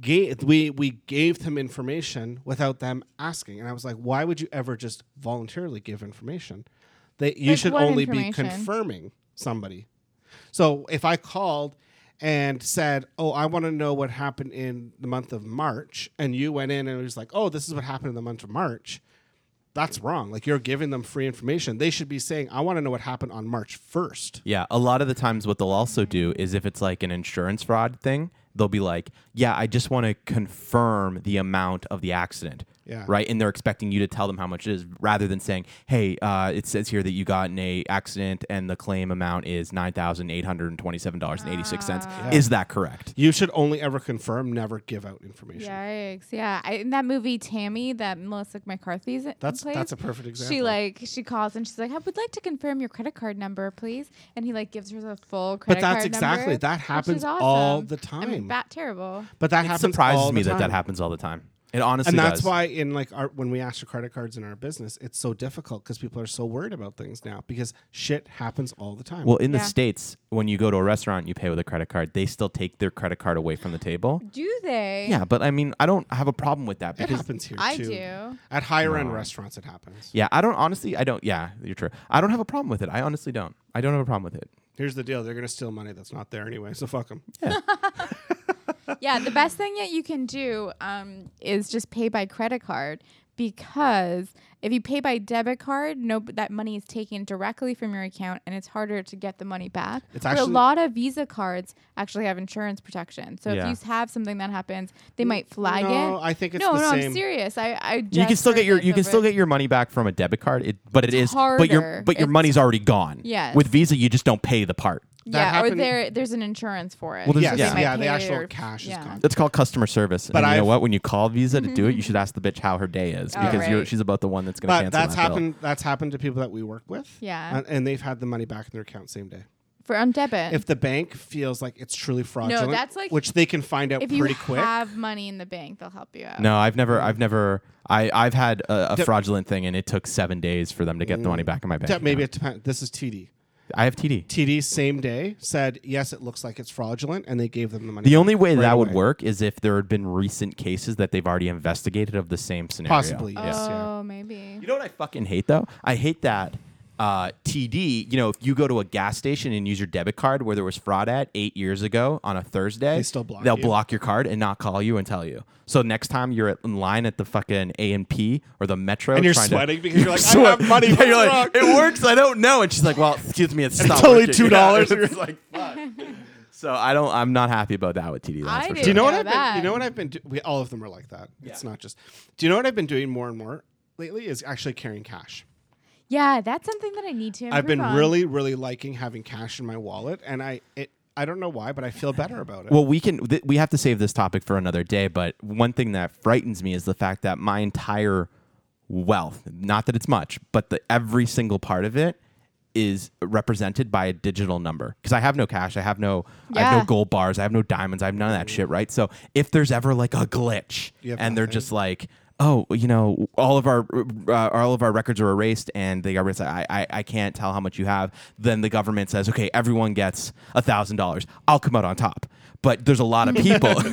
gave we we gave them information without them asking, and I was like, why would you ever just voluntarily give information? That you Like should what only be information? confirming somebody. So if I called and said, "Oh, I want to know what happened in the month of March," and you went in and it was like, "Oh, this is what happened in the month of March." That's wrong. Like you're giving them free information. They should be saying, "I want to know what happened on March 1st. Yeah, a lot of the times what they'll also do is if it's like an insurance fraud thing, they'll be like, "Yeah, I just want to confirm the amount of the accident." Yeah. Right, and they're expecting you to tell them how much it is, rather than saying, "Hey, uh, it says here that you got in a accident, and the claim amount is nine thousand eight hundred and twenty-seven dollars and eighty-six cents. Ah. Is that correct?" You should only ever confirm, never give out information. Yikes! Yeah, I, in that movie Tammy, that Melissa McCarthy's in- That's- plays, that's a perfect She example. like she calls and she's like, "I would like to confirm your credit card number, please." And he like gives her the full But credit that's card exactly- number, that which is happens awesome. all the I mean, time. that terrible. But that It happens. all surprises me the that that time. happens all the time. It honestly And that's does. why in like our when we ask for credit cards in our business, it's so difficult because people are so worried about things now because shit happens all the time. Well, in the Yeah. states, when you go to a restaurant, and you pay with a credit card. They still take their credit card away from the table. Do they? Yeah, but I mean, I don't have a problem with that it because happens here I too. do. At higher end restaurants, it happens. Yeah, I don't honestly. I don't. Yeah, you're true. I don't have a problem with it. I honestly don't. I don't have a problem with it. Here's the deal: they're gonna steal money that's not there anyway. So fuck them. yeah, the best thing that you can do um, is just pay by credit card because if you pay by debit card, no, that money is taken directly from your account and it's harder to get the money back. It's But actually- a lot of Visa cards actually have insurance protection, so Yeah. if you have something that happens, they might flag it. no, I think it's no, the no, same. I'm serious. I, I you can just still heard get your this you can over- still get your money back from a debit card. It but it It's is but your harder. but your It's- money's already gone. Yes. With Visa, you just don't pay the part. That yeah, or happened- there there's an insurance for it. Well, there's- so Yes, they yeah, might yeah. The pay actual or- cash yeah. Mm-hmm. is gone. That's called customer service. But But and you know I've- what? When you call Visa to do it, you should ask the bitch how her day is Oh, because you're, right. she's about the one that's going to But cancel that's that bill. happened. That's happened to people that we work with. Yeah. and, and they've had the money back in their account same day. for on debit. If the bank feels like it's truly fraudulent, that's like- which they can find out if pretty you quick. have money in the bank, they'll help you out. No, I've never, I've never, I, I've had a, a fraudulent thing, and it took seven days for them to get the money back in my bank. Mm. that maybe account. it depends. This is TD. I have TD. TD same day said yes, it looks like it's fraudulent, and they gave them the money. The back only way right that would away. work is if there had been recent cases that they've already investigated of the same scenario. Possibly, yes. Oh, yeah. maybe. You know what I fucking hate though? I hate that uh, TD. You know, if you go to a gas station and use your debit card where there was fraud at eight years ago on a Thursday, They still block They'll you. block your card and not call you and tell you. So next time you're at, in line at the fucking A and P or the Metro, And you're trying sweating to, because you're like, I have money, Yeah, what's you're wrong? like, it works. I don't know. And she's like, well, excuse me, it's, not only working." $2. Yeah, it's like, fuck. So I don't. I'm not happy about that with TD. That's I for do. sure. Do you know what Yeah, I've that. been? You know what I've been. Do- we, all of them are like that. It's not just. Do you know what I've been doing more and more lately? Is actually carrying cash. Yeah, that's something that I need to. I've been improve on. really, really liking having cash in my wallet, and I it. I don't know why, but I feel better about it. Well, we can. Th- we have to save this topic for another day. But one thing that frightens me is the fact that my entire wealth—not that it's much, but the every single part of it—is represented by a digital number. Because I have no cash, I have no, I have no Yeah. gold bars, I have no diamonds, I have none of that shit, right? So if there's ever like a glitch, You have and they're nothing. just like. Oh, you know, all of our uh, all of our records are erased, and they are. I, I I can't tell how much you have. Then the government says, okay, everyone gets a thousand dollars. I'll come out on top. But there's a lot of people.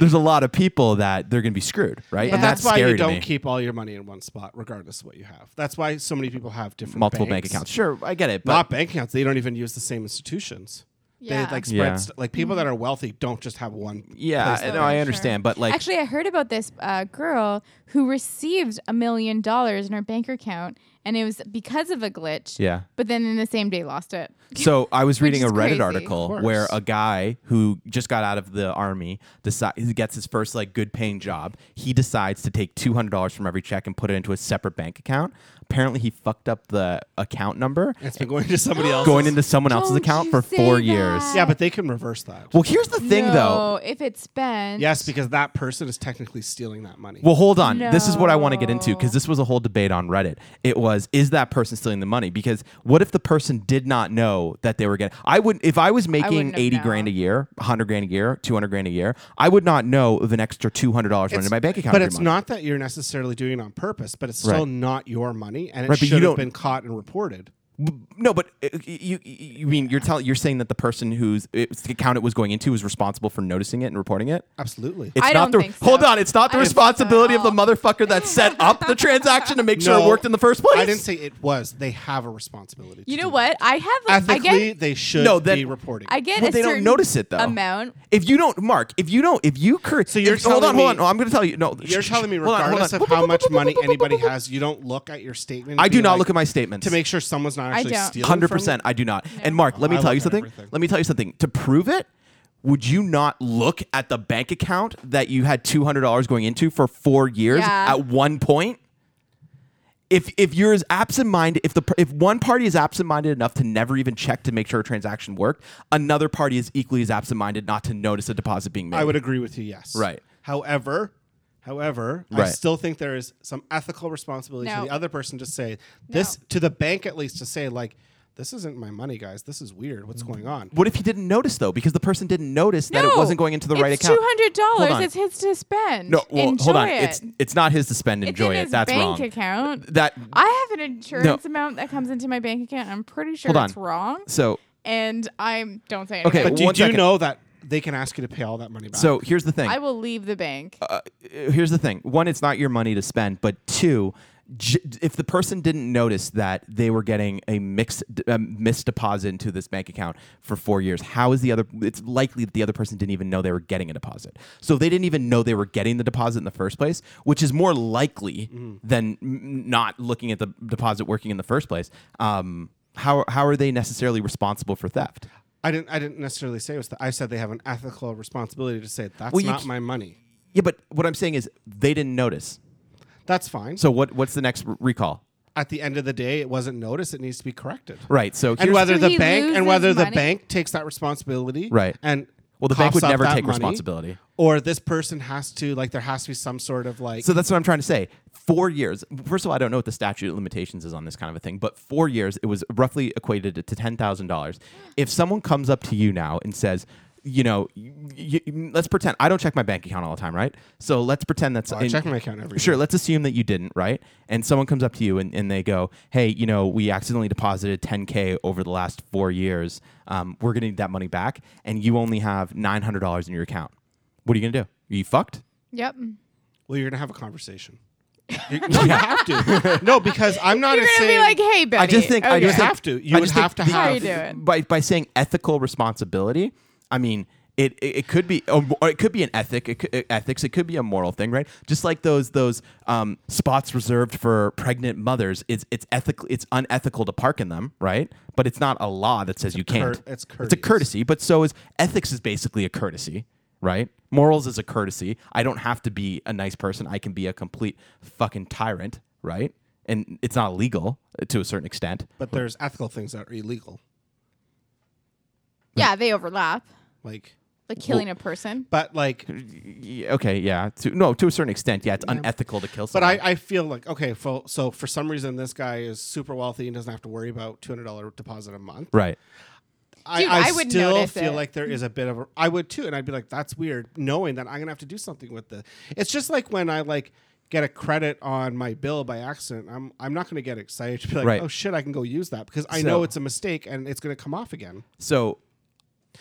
there's a lot of people that they're gonna be screwed, right? But And that's, why scary you to don't me. keep all your money in one spot, regardless of what you have. That's why so many people have different multiple banks. bank accounts. Sure, I get it. But Not bank accounts. They don't even use the same institutions. Yeah. They like spread Yeah. st- like people that are wealthy don't just have one. yeah, place I- that Uh, no, they- I understand. But like, Actually, I heard about this uh, girl who received a million dollars in her bank account, and it was because of a glitch. Yeah. But then in the same day lost it. So I was reading a is Reddit crazy. article Of where a guy who just got out of the army decides he gets his first like good paying job. He decides to take two hundred dollars from every check and put it into a separate bank account. Apparently, he fucked up the account number. It's been going to somebody else's. Going into someone else's Don't account you for say four years. that. Yeah, but they can reverse that. Well, here's the thing, though. No, if it's spent. Yes, because that person is technically stealing that money. Well, hold on. This is what I want to get into No. because this was a whole debate on Reddit. It was is that person stealing the money? Because what if the person did not know that they were getting? I would if I was making wouldn't have eighty known. grand a year, hundred grand a year, two hundred grand a year, I would not know if an extra two hundred dollars went into my bank account. But every it's month. not that you're necessarily doing it on purpose, but it's still Right. not your money, and it Right, but you should don't- have been caught and reported. No, but uh, you you- you mean you're telling you're saying that the person whose it's- account it was going into was responsible for noticing it and reporting it? Absolutely. It's I not don't the think so. hold on. It's not the I don't think so at responsibility of the all. motherfucker that set up the transaction to make sure it No, worked in the first place. I didn't say it was. They have a responsibility. to You know do what? I have. that. Ethically, I get. they should No, that- be reporting. I get. But a they don't certain notice it, though. Amount. If you don't, Mark, if you don't, if you cur- So you're if- hold on, telling hold on. me- No, I'm going to tell you. No, You're shh, shh, telling me, hold on, hold regardless on. of how much money anybody has, you don't look at your statement. and I do be not like- look at my statements. to make sure someone's not I actually don't. stealing. from hundred percent, you. I do not. And Mark, let me I tell look you at something. everything. Let me tell you something. To prove it, would you not look at the bank account that you had two hundred dollars going into for four years Yeah. at one point? If, if you're as absent-minded, if the per- if one party is absent-minded enough to never even check to make sure a transaction worked, another party is equally as absent-minded not to notice a deposit being made. I would agree with you. Yes. Right. However. However, I Right. still think there is some ethical responsibility No. to the other person to say this to the bank at least to say like, "This isn't my money, guys. This is weird. What's going on?" What if he didn't notice though? Because the person didn't notice that it No, wasn't going into the right it's account. Two hundred Hold dollars. on. It's his to spend. no. Well, Enjoy hold on. It. It's it's not his to spend. It's Enjoy in it. his That's bank wrong. account. That I have an insurance amount that comes into my bank account. I'm pretty sure hold on. it's wrong. So and I'm don't say Okay, anything. But do you One do second. know that they can ask you to pay all that money back? so here's the thing. I will leave the bank. Uh, here's the thing. One, it's not your money to spend. But two. j- If the person didn't notice that they were getting a mixed a missed deposit into this bank account for four years, how is the other? It's likely that the other person didn't even know they were getting a deposit. So if they didn't even know they were getting the deposit in the first place, which is more likely Mm-hmm. than m- not looking at the deposit working in the first place. Um, how how are they necessarily responsible for theft? I didn't. I didn't necessarily say it was. The, I said they have an ethical responsibility to say that's Well, you not c- my money. Yeah, but what I'm saying is they didn't notice. That's fine. So what what's the next r- recall? at the end of the day, it wasn't noticed. It needs to be corrected. Right. So And here's- whether So the he bank loses and whether the money? bank takes that responsibility, Right. And Well, the bank coughs would up never that take money, responsibility. Or this person has to like there has to be some sort of like. So that's what I'm trying to say. Four years. First of all, I don't know what the statute of limitations is on this kind of a thing, but four years, it was roughly equated to ten thousand dollars. If someone comes up to you now and says, you know, y- y- let's pretend I don't check my bank account all the time, right? So let's pretend that's Well, Oh, I check my account every Sure. day. Let's assume that you didn't, right? And someone comes up to you and, and they go, hey, you know, we accidentally deposited ten k over the last four years. Um, we're gonna need that money back, and you only have nine hundred dollars in your account. What are you gonna do? Are you fucked? yep. well, you're gonna have a conversation. You- no, you have to. No, because I'm not a You're gonna saying- be like, hey, Betty. I just think I okay. just think- have to. You I would just think have to the- have- How you do it. by by saying ethical responsibility. I mean. It, it, it could be um, or it could be an ethic it could, uh, ethics it could be a moral thing right just like those those um, spots reserved for pregnant mothers it's it's ethical it's unethical to park in them right but it's not a law that says you cur- can't it's it's a courteous. courtesy but so is ethics is basically a courtesy right morals is a courtesy I don't have to be a nice person I can be a complete fucking tyrant right and it's not illegal uh, to a certain extent But there's ethical things that are illegal, yeah, they overlap. like. Like killing a person. But like, Y- okay, yeah. To, no, to a certain extent, yeah, it's unethical to kill But someone. I, I feel like okay, fo- so for some reason this guy is super wealthy and doesn't have to worry about two hundred dollar deposit a month. right. I, Dude, I, I would still notice feel it. like there is a bit of a I would too, and I'd be like, that's weird, knowing that I'm gonna have to do something with this. It's just like when I like get a credit on my bill by accident. I'm I'm not gonna get excited to be like, Right. oh shit, I can go use that because I So- know it's a mistake and it's gonna come off again. So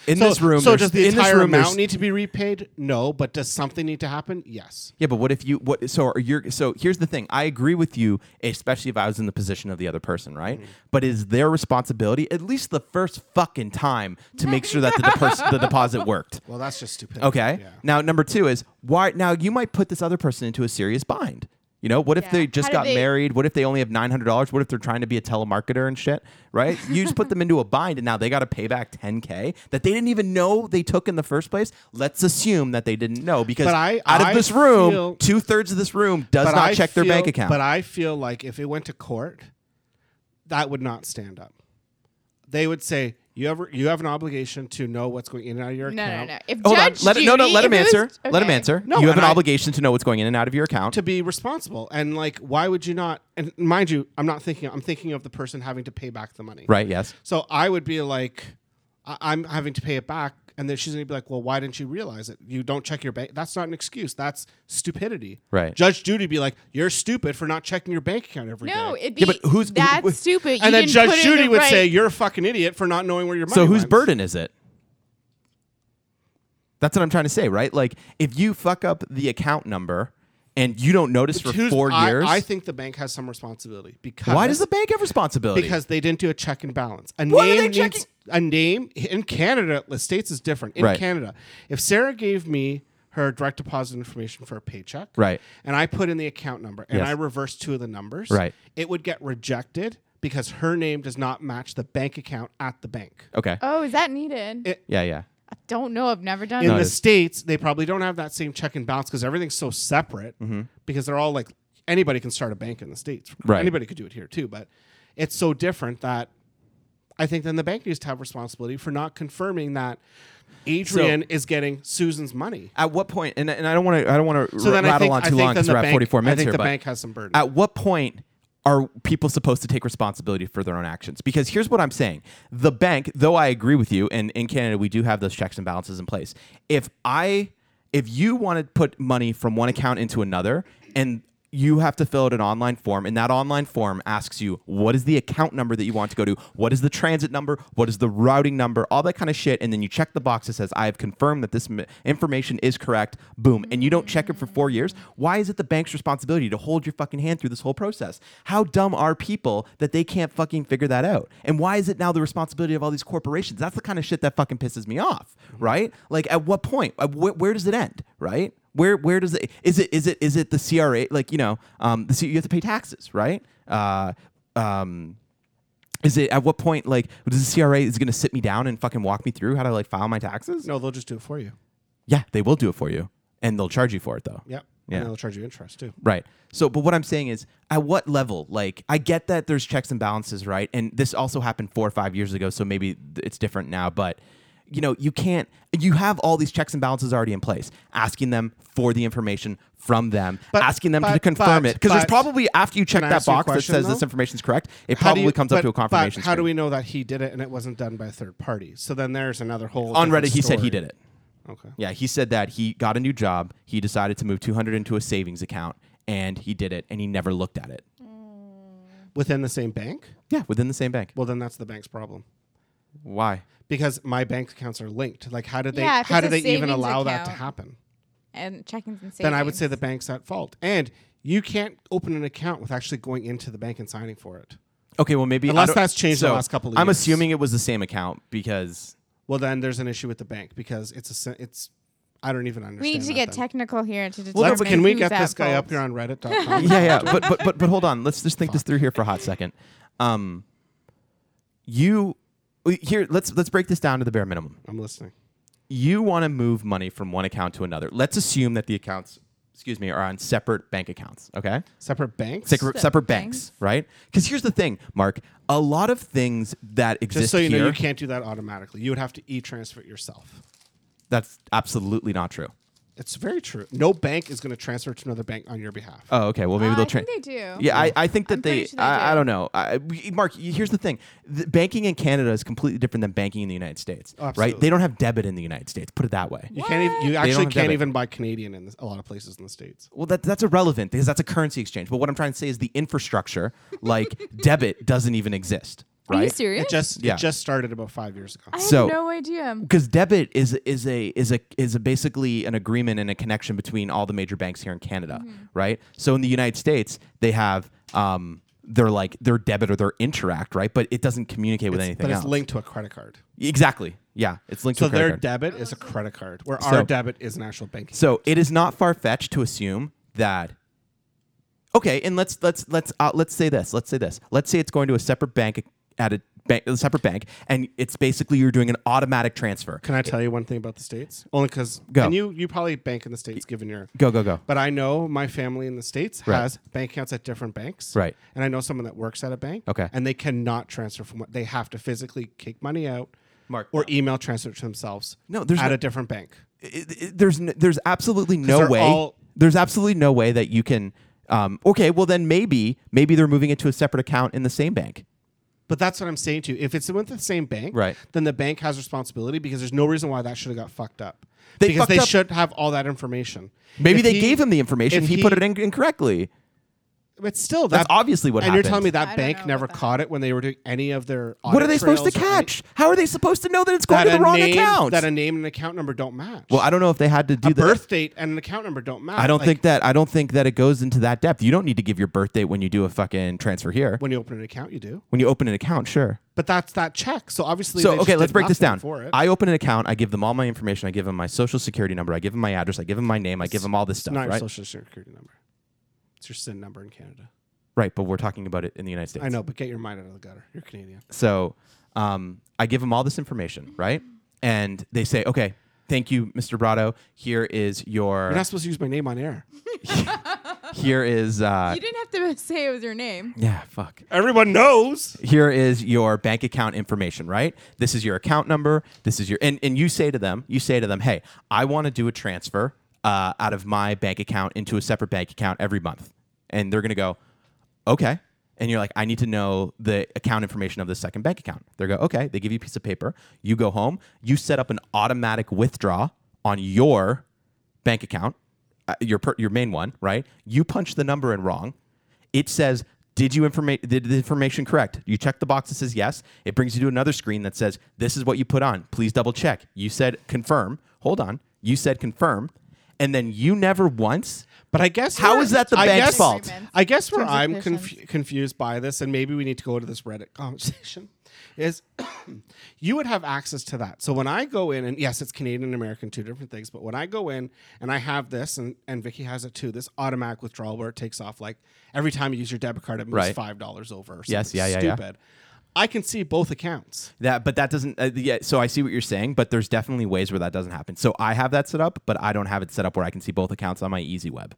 in so, this room, so there's- does the in this entire room, there's- amount need to be repaid? No, but does something need to happen? Yes. Yeah, but what if you what so are you so here's the thing. I agree with you, especially if I was in the position of the other person, right? But is their responsibility at least the first fucking time to make sure that the, depers- the deposit worked? Well, oh, that's just stupid. Okay. Yeah. Now number 2 is why now you might put this other person into a serious bind. You know, what if Yeah. they just How do got they- married? What if they only have nine hundred dollars? What if they're trying to be a telemarketer and shit? Right? You just put them into a bind, and now they got to pay back ten k that they didn't even know they took in the first place. Let's assume that they didn't know because But I- out of I this room, feel- two thirds of this room does But not I check their bank feel- account. But I feel like if it went to court, that would not stand up. They would say you have you have an obligation to know what's going in and out of your No, no, account. no. If Hold Judge on. Let, no, no. Judy- Let him if it was- answer. Let him okay. answer. No, you have and an I- obligation to know what's going in and out of your account. to be responsible. And like, why would you not? And mind you, I'm not thinking. I'm thinking of the person having to pay back the money. Right. Yes. So I would be like, I- I'm having to pay it back, and then she's gonna be like, Well, why didn't you realize it? You don't check your bank. That's not an excuse. That's stupidity. Right. Judge Judy be like, You're stupid for not checking your bank account every day. No, it'd be Yeah, but who's- that's who- stupid. You and then didn't put Judge it in Judy the would right- say, "You're a fucking idiot for not knowing where your money." So whose went." burden is it? That's what I'm trying to say, right? Like if you fuck up the account number and you don't notice for Whose- four I- years, I, think the bank has some responsibility because why does the bank have responsibility? because they didn't do a check and balance. A What are name they needs checking? a name in Canada. The states is different. In Right. Canada, if Sarah gave me her direct deposit information for a paycheck, Right. and I put in the account number and Yes. I reversed two of the numbers, Right. it would get rejected because her name does not match the bank account at the bank. okay, "Oh, is that needed?" It- yeah, yeah, I don't know. I've never done In it. the it's- states, they probably don't have that same check and balance because everything's so separate. Because they're all like anybody can start a bank in the states. Mm-hmm. Right. Anybody could do it here too, but it's so different that I think then the bank needs to have responsibility for not confirming that Adrian is getting Susan's money. At what point? And, and I don't want to. I don't want to So then I rattle think, on I too think long then because the we're at bank, 44 minutes I think here. the but bank has some burden. At what point are people supposed to take responsibility for their own actions? Because here's what I'm saying. The bank, though I agree with you, and in Canada we do have those checks and balances in place. If I if you want to put money from one account into another and you have to fill out an online form, and that online form asks you what is the account number that you want to go to, what is the transit number, what is the routing number, all that kind of shit. And then you check the box that says, I have confirmed that this m- information is correct, boom, and you don't check it for four years. Why is it the bank's responsibility to hold your fucking hand through this whole process? How dumb are people that they can't fucking figure that out? And why is it now the responsibility of all these corporations? That's the kind of shit that fucking pisses me off, right? Like, at what point, At wh- where does it end, right? Where where does it is it is it is it the CRA like you know um the C, you have to pay taxes right uh um is it at what point like does the CRA is going to sit me down and fucking walk me through how to like file my taxes no, they'll just do it for you. yeah they will do it for you and they'll charge you for it though Yep. Yeah. And they'll charge you interest too. Right. So, but what I'm saying is, at what level? Like, I get that there's checks and balances, right? And this also happened four or five years ago, so maybe th- it's different now. But you know, you can't. You have all these checks and balances already in place, asking them for the information from them, But- asking them to but- confirm but- it, because there's but- probably after you check Can I that ask you a box question, that says though? this information's correct, it How do probably you- comes but- up to a but confirmation. How do we screen. know that he did it and it wasn't done by a third party? So then there's another whole On different Reddit, he said he story. did it. Okay. Yeah, he said that he got a new job. He decided to move 200 into a savings account, and he did it, and he never looked at it. Within the same bank? Yeah, within the same bank. Well, then that's the bank's problem Why? because my bank accounts are linked. Like, how did they? Yeah, if how do it's a they even savings allow that to account, happen? and checkings and savings. Then I would say the bank's at fault, and you can't open an account with actually going into the bank and signing for it. Okay, well maybe I Unless don't- that's changed in the last couple of I'm years. assuming it was the same account because Well, then there's an issue with the bank because it's a sen- it's. I don't even understand. we need to that get then. technical here to determine. Let's, can we who's get at this guy fault. up here on Reddit.com? yeah, yeah. But but but but hold on. Let's just think this through here for a hot second. Um, you here. Let's let's break this down to the bare minimum. I'm listening. You want to move money from one account to another. Let's assume that the accounts, excuse me, are on separate bank accounts. Okay. Separate banks. Separate, separate banks, right? Because here's the thing, Mark. A lot of things that exist Just so you here. know, you can't do that automatically. You would have to e-transfer it yourself. That's absolutely not true. It's very true. No bank is going to transfer to another bank on your behalf. Oh, okay. Well, maybe Uh, they'll I think train- they do. Yeah, I, I think that I'm they. pretty sure they I, I do. don't know. I, we- Mark, y- here's the thing: the banking in Canada is completely different than banking in the United States, right? Oh, absolutely. They don't have debit in the United States. Put it that way. You can't. Even, you don't actually have can't debit. even buy Canadian in this, a lot of places in the states. Well, that, that's irrelevant because that's a currency exchange. But what I'm trying to say is the infrastructure, like debit, doesn't even exist, right? Are you serious? It just Yeah. it just started about five years ago. I have So- no idea. because debit is is a is a is a basically an agreement and a connection between all the major banks here in Canada, Mm-hmm. right? So in the United States, they have um their like their debit or their interact, right? But it doesn't communicate with anything but it's else. linked to a credit card. exactly. Yeah, it's linked So to a credit their card. debit is a credit card, where So- our debit is an actual banking. so it is not far fetched to assume that Okay, and let's let's let's uh, let's say this. Let's say this. Let's say it's going to a separate bank at a, bank, a separate bank, and it's basically you're doing an automatic transfer. Can I tell you one thing about the states? Only because Go. and you you probably bank in the states, given your Go, go, go. But I know my family in the states Right. has bank accounts at different banks, Right. And I know someone that works at a bank, Okay. and they cannot transfer from what they have to physically kick money out, Mark or email transfer it to themselves. e, No, there's at no- a different bank. it- it- there's n- there's absolutely no they're way all- there's absolutely no way that you can um, okay well then maybe maybe they're moving it to a separate account in the same bank But that's what I'm saying to you. If it's with the same bank, Right. then the bank has responsibility because there's no reason why that should have got fucked up. They because fucked they up- should have all that information. maybe If they he- gave him the information if he, put it in incorrectly But still, That's that, obviously what And you're telling me happened. that bank never caught it when they were doing any of their. what are audit they supposed to trails or any- catch how are they supposed to know that it's going that to the a wrong name- account That a name and account number don't match. well I don't know if they had to do a that birth date and an account number don't match. I don't Like, think that I don't think that it goes into that depth you don't need to give your birth date when you do a fucking transfer here when you open an account, you do. when you open an account sure But that's that check. So obviously, they So just okay, let's did break this nothing down. For it. I open an account. I give them all my information. I give them my social security number. I give them my address. I give them my name. I give them all this stuff. not your Right. social security number. It's your SIN number in Canada. right. But we're talking about it in the United States. I know, but get your mind out of the gutter. You're Canadian. So um, I give them all this information, right? And they say, okay, thank you, Mr. Brado. Here is your. You're not supposed to use my name on air. Here is. Uh, You didn't have to say it was your name. yeah. Fuck. Everyone knows. here is your bank account information, right? This is your account number. This is your and, and you say to them, you say to them, hey, I want to do a transfer uh, out of my bank account into a separate bank account every month, and they're gonna go, okay. And you're like, I need to know the account information of the second bank account. They go, okay. They give you a piece of paper. You go home. You set up an automatic withdraw on your bank account, uh, your per- your main one, right? You punch the number in wrong. It says, "Did you informate did the information correct?" You check the box that says yes. It brings you to another screen that says, "This is what you put on. Please double check." You said confirm. Hold on. You said confirm, and then you never once. But I guess How where- is that the I bank's guess- fault? I guess where Terms and I'm conditions. confu- confused by this, and maybe we need to go to this Reddit conversation, is you would have access to that. So when I go in, and yes, it's Canadian and American, two different things, but when I go in and I have this, and, and Vicky has it too, this automatic withdrawal where it takes off like every time you use your debit card, it moves Right. $5 over. Or Yes, something yeah, yeah, yeah. stupid. I can see both accounts. That, but that doesn't. Uh, yeah. So I see what you're saying, but there's definitely ways where that doesn't happen. So I have that set up, but I don't have it set up where I can see both accounts on my Easy Web.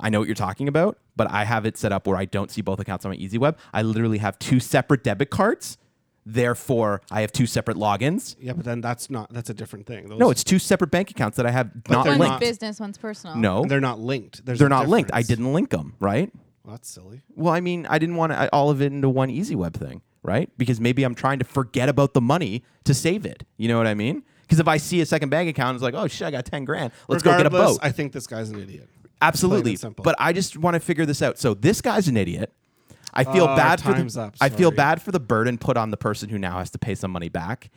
I know what you're talking about, but I have it set up where I don't see both accounts on my Easy Web. I literally have two separate debit cards. Therefore, I have two separate logins. Yeah, but then that's not, that's a different thing. Those, No, it's two separate bank accounts that I have not they're One's linked. business, one's personal. No, They're not linked. There's they're a not linked. I difference. didn't link them, right? Well, that's silly. Well, I mean, I didn't want to, all of it into one easy web thing, right? Because maybe I'm trying to forget about the money to save it. You know what I mean? Because if I see a second bank account, it's like, oh shit, I got 10 grand. Let's go get a Regardless, boat. I think this guy's an idiot. Absolutely. and simple. But I just want to figure this out. So this guy's an idiot. I feel Oh, bad for time's the, up, I feel sorry. bad for the burden put on the person who now has to pay some money back.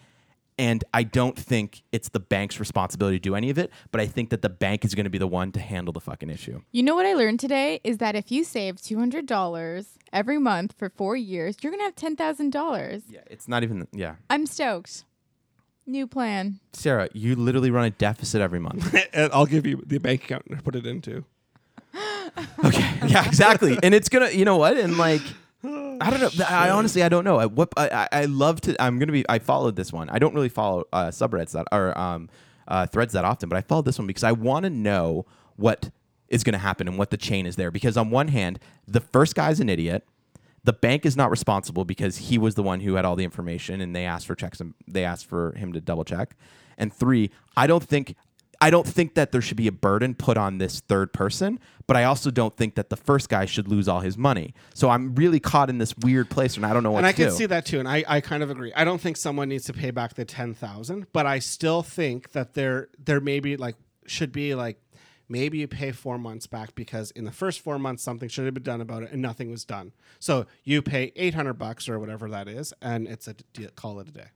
And I don't think it's the bank's responsibility to do any of it, but I think that the bank is going to be the one to handle the fucking issue. You know what I learned today is that if you save two hundred dollars every month for four years, you're gonna have ten thousand dollars. Yeah, it's not even yeah. I'm stoked. New plan. Sarah, you literally run a deficit every month. and I'll give you the bank account to put it into. yeah, exactly. And it's gonna, you know what? And like, I don't know. I honestly, I don't know. I what I, I I love to. I'm gonna be. I followed this one. I don't really follow uh, subreddits that or um, uh, threads that often, but I followed this one because I want to know what is gonna happen and what the chain is there. Because on one hand, the first guy's an idiot. The bank is not responsible because he was the one who had all the information, and they asked for checks and they asked for him to double check. And three, I don't think I don't think that there should be a burden put on this third person, but I also don't think that the first guy should lose all his money. So I'm really caught in this weird place, and I don't know what and I to can do. see that too, and I, I kind of agree. I don't think someone needs to pay back the ten thousand, but I still think that there there maybe like should be like maybe you pay four months back because in the first four months something should have been done about it and nothing was done. So you pay eight hundred bucks or whatever that is, and it's a d- deal, call it a day.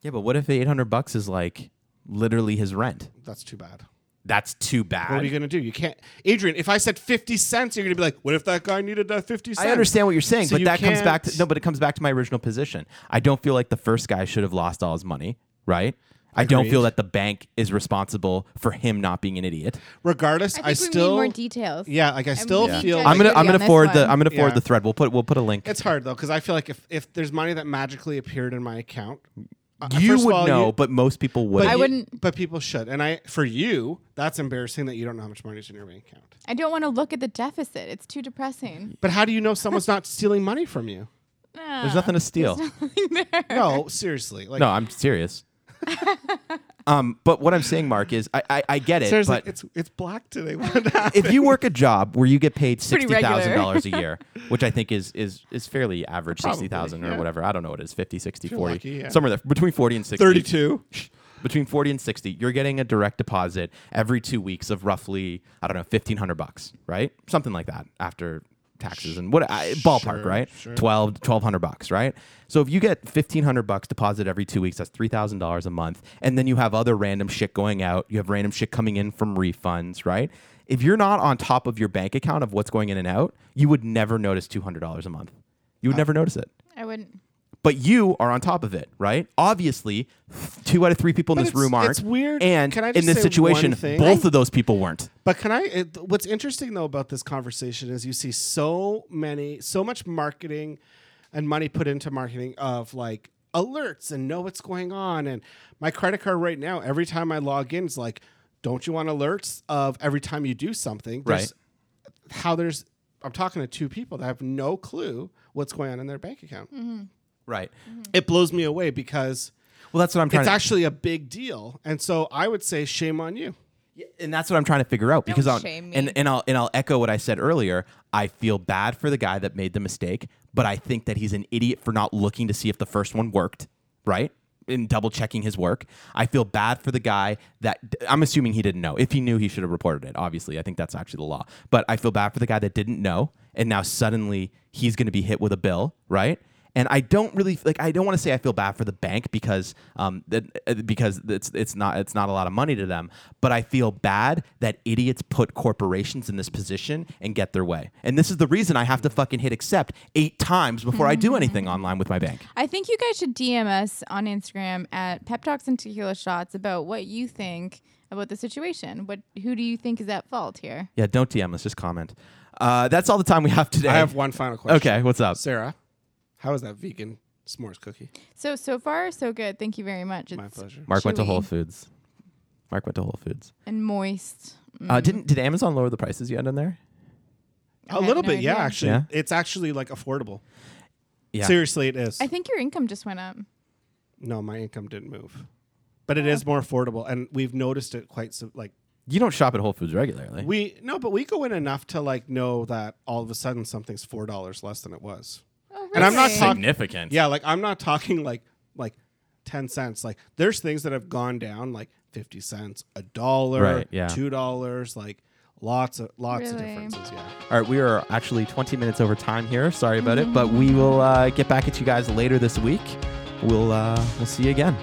yeah, but what if 800 bucks is like literally his rent? That's too bad. That's too What are bad. you gonna do? You can't, Adrian. If I said fifty cents, you're gonna be like, "What if that guy needed that fifty cents?" I understand what you're saying, So but you that comes back can't- to no, but it comes back to my original position. I don't feel like the first guy should have lost all his money, right? I don't Agreed. feel that the bank is responsible for him not being an idiot. Regardless, I I, think we need still more details. Yeah, like I And still we need feel. to- like- I'm gonna agree I'm on gonna this forward the one. I'm gonna forward Yeah. the thread. We'll put we'll put a link. It's hard though because I feel like if if there's money that magically appeared in my account, uh, you first of would all, know, you- but most people wouldn't. I you- wouldn't- But people should, and I for you, that's embarrassing that you don't know how much money's in your bank account. I don't want to look at the deficit. It's too depressing. But how do you know someone's not stealing money from you? There's nothing to steal. there. No, seriously. Like, no, I'm serious. um, but what I'm saying, Mark, is I I, I get it, seriously, but it's it's black today. What happened? if you work a job where you get paid pretty sixty regular. thousand dollars a year, which I think is is is fairly average, Probably, sixty thousand or yeah. whatever. I don't know what it is, 50, 60, you're 40. lucky, yeah. Somewhere there between forty and sixty. 32. Between forty and sixty, you're getting a direct deposit every two weeks of roughly, I don't know, fifteen hundred bucks, right? Something like that after taxes and what I, ballpark, right? Twelve, twelve hundred 1200 bucks, right? So if you get 1500 bucks deposit every 2 weeks, that's $3,000 a month, and then you have other random shit going out, you have random shit coming in from refunds, right? If you're not on top of your bank account of what's going in and out, you would never notice $200 a month. You would never notice it. I wouldn't. But you are on top of it, right? Obviously, two out of three people in But this it's- room aren't. it's weird. And Can I in just this say situation, one thing? both of those people weren't. But can I? It, what's interesting though about this conversation is you see so many, so much marketing and money put into marketing of like alerts and know what's going on. And my credit card right now, every time I log in, it's like, don't you want alerts of every time you do something? There's- How there's, I'm talking to two people that have no clue what's going on in their bank account. Right. It blows me away because Well, that's what I'm trying it's to actually a big deal. And so I would say, shame on you. and that's what I'm trying to figure out because I'll, shame me. and and I'll and I'll echo what I said earlier. I feel bad for the guy that made the mistake, but I think that he's an idiot for not looking to see if the first one worked, right? And double checking his work. I feel bad for the guy that I'm assuming he didn't know. If he knew, he should have reported it. Obviously, I think that's actually the law. But I feel bad for the guy that didn't know, and now suddenly he's going to be hit with a bill, right? And I don't really like. I don't want to say I feel bad for the bank because um that uh, because it's it's not it's not a lot of money to them. But I feel bad that idiots put corporations in this position and get their way. And this is the reason I have to fucking hit accept eight times before I do anything online with my bank. I think you guys should DM us on Instagram at Pep Talks and Tequila Shots about what you think about the situation. What who do you think is at fault here? Yeah, don't DM us. Just comment. Uh, that's all the time we have today. I have one final question. Okay, what's up? Sarah, how is that vegan s'mores cookie? So so far so good. Thank you very much. It's My pleasure. Mark went to chewy Whole Foods. Mark went to Whole Foods. and moist. Uh, didn't did Amazon lower the prices yet in there? A have little no bit, yeah. idea. Actually, Yeah. it's actually like affordable. Yeah. Seriously, it is. I think your income just went up. no, my income didn't move, but it Oh. is more affordable, and we've noticed it quite. So, like You don't shop at Whole Foods regularly. we no, but we go in enough to like know that all of a sudden something's four dollars less than it was. Oh, really? And I'm not talking- Significant. Yeah, like I'm not talking like like ten cents. Like there's things that have gone down like fifty cents, a dollar, Right, yeah. two dollars, like lots of lots of Really? differences. Yeah. All right, we are actually 20 minutes over time here. Sorry about it, but we will uh, get back at you guys later this week. We'll uh, we'll see you again.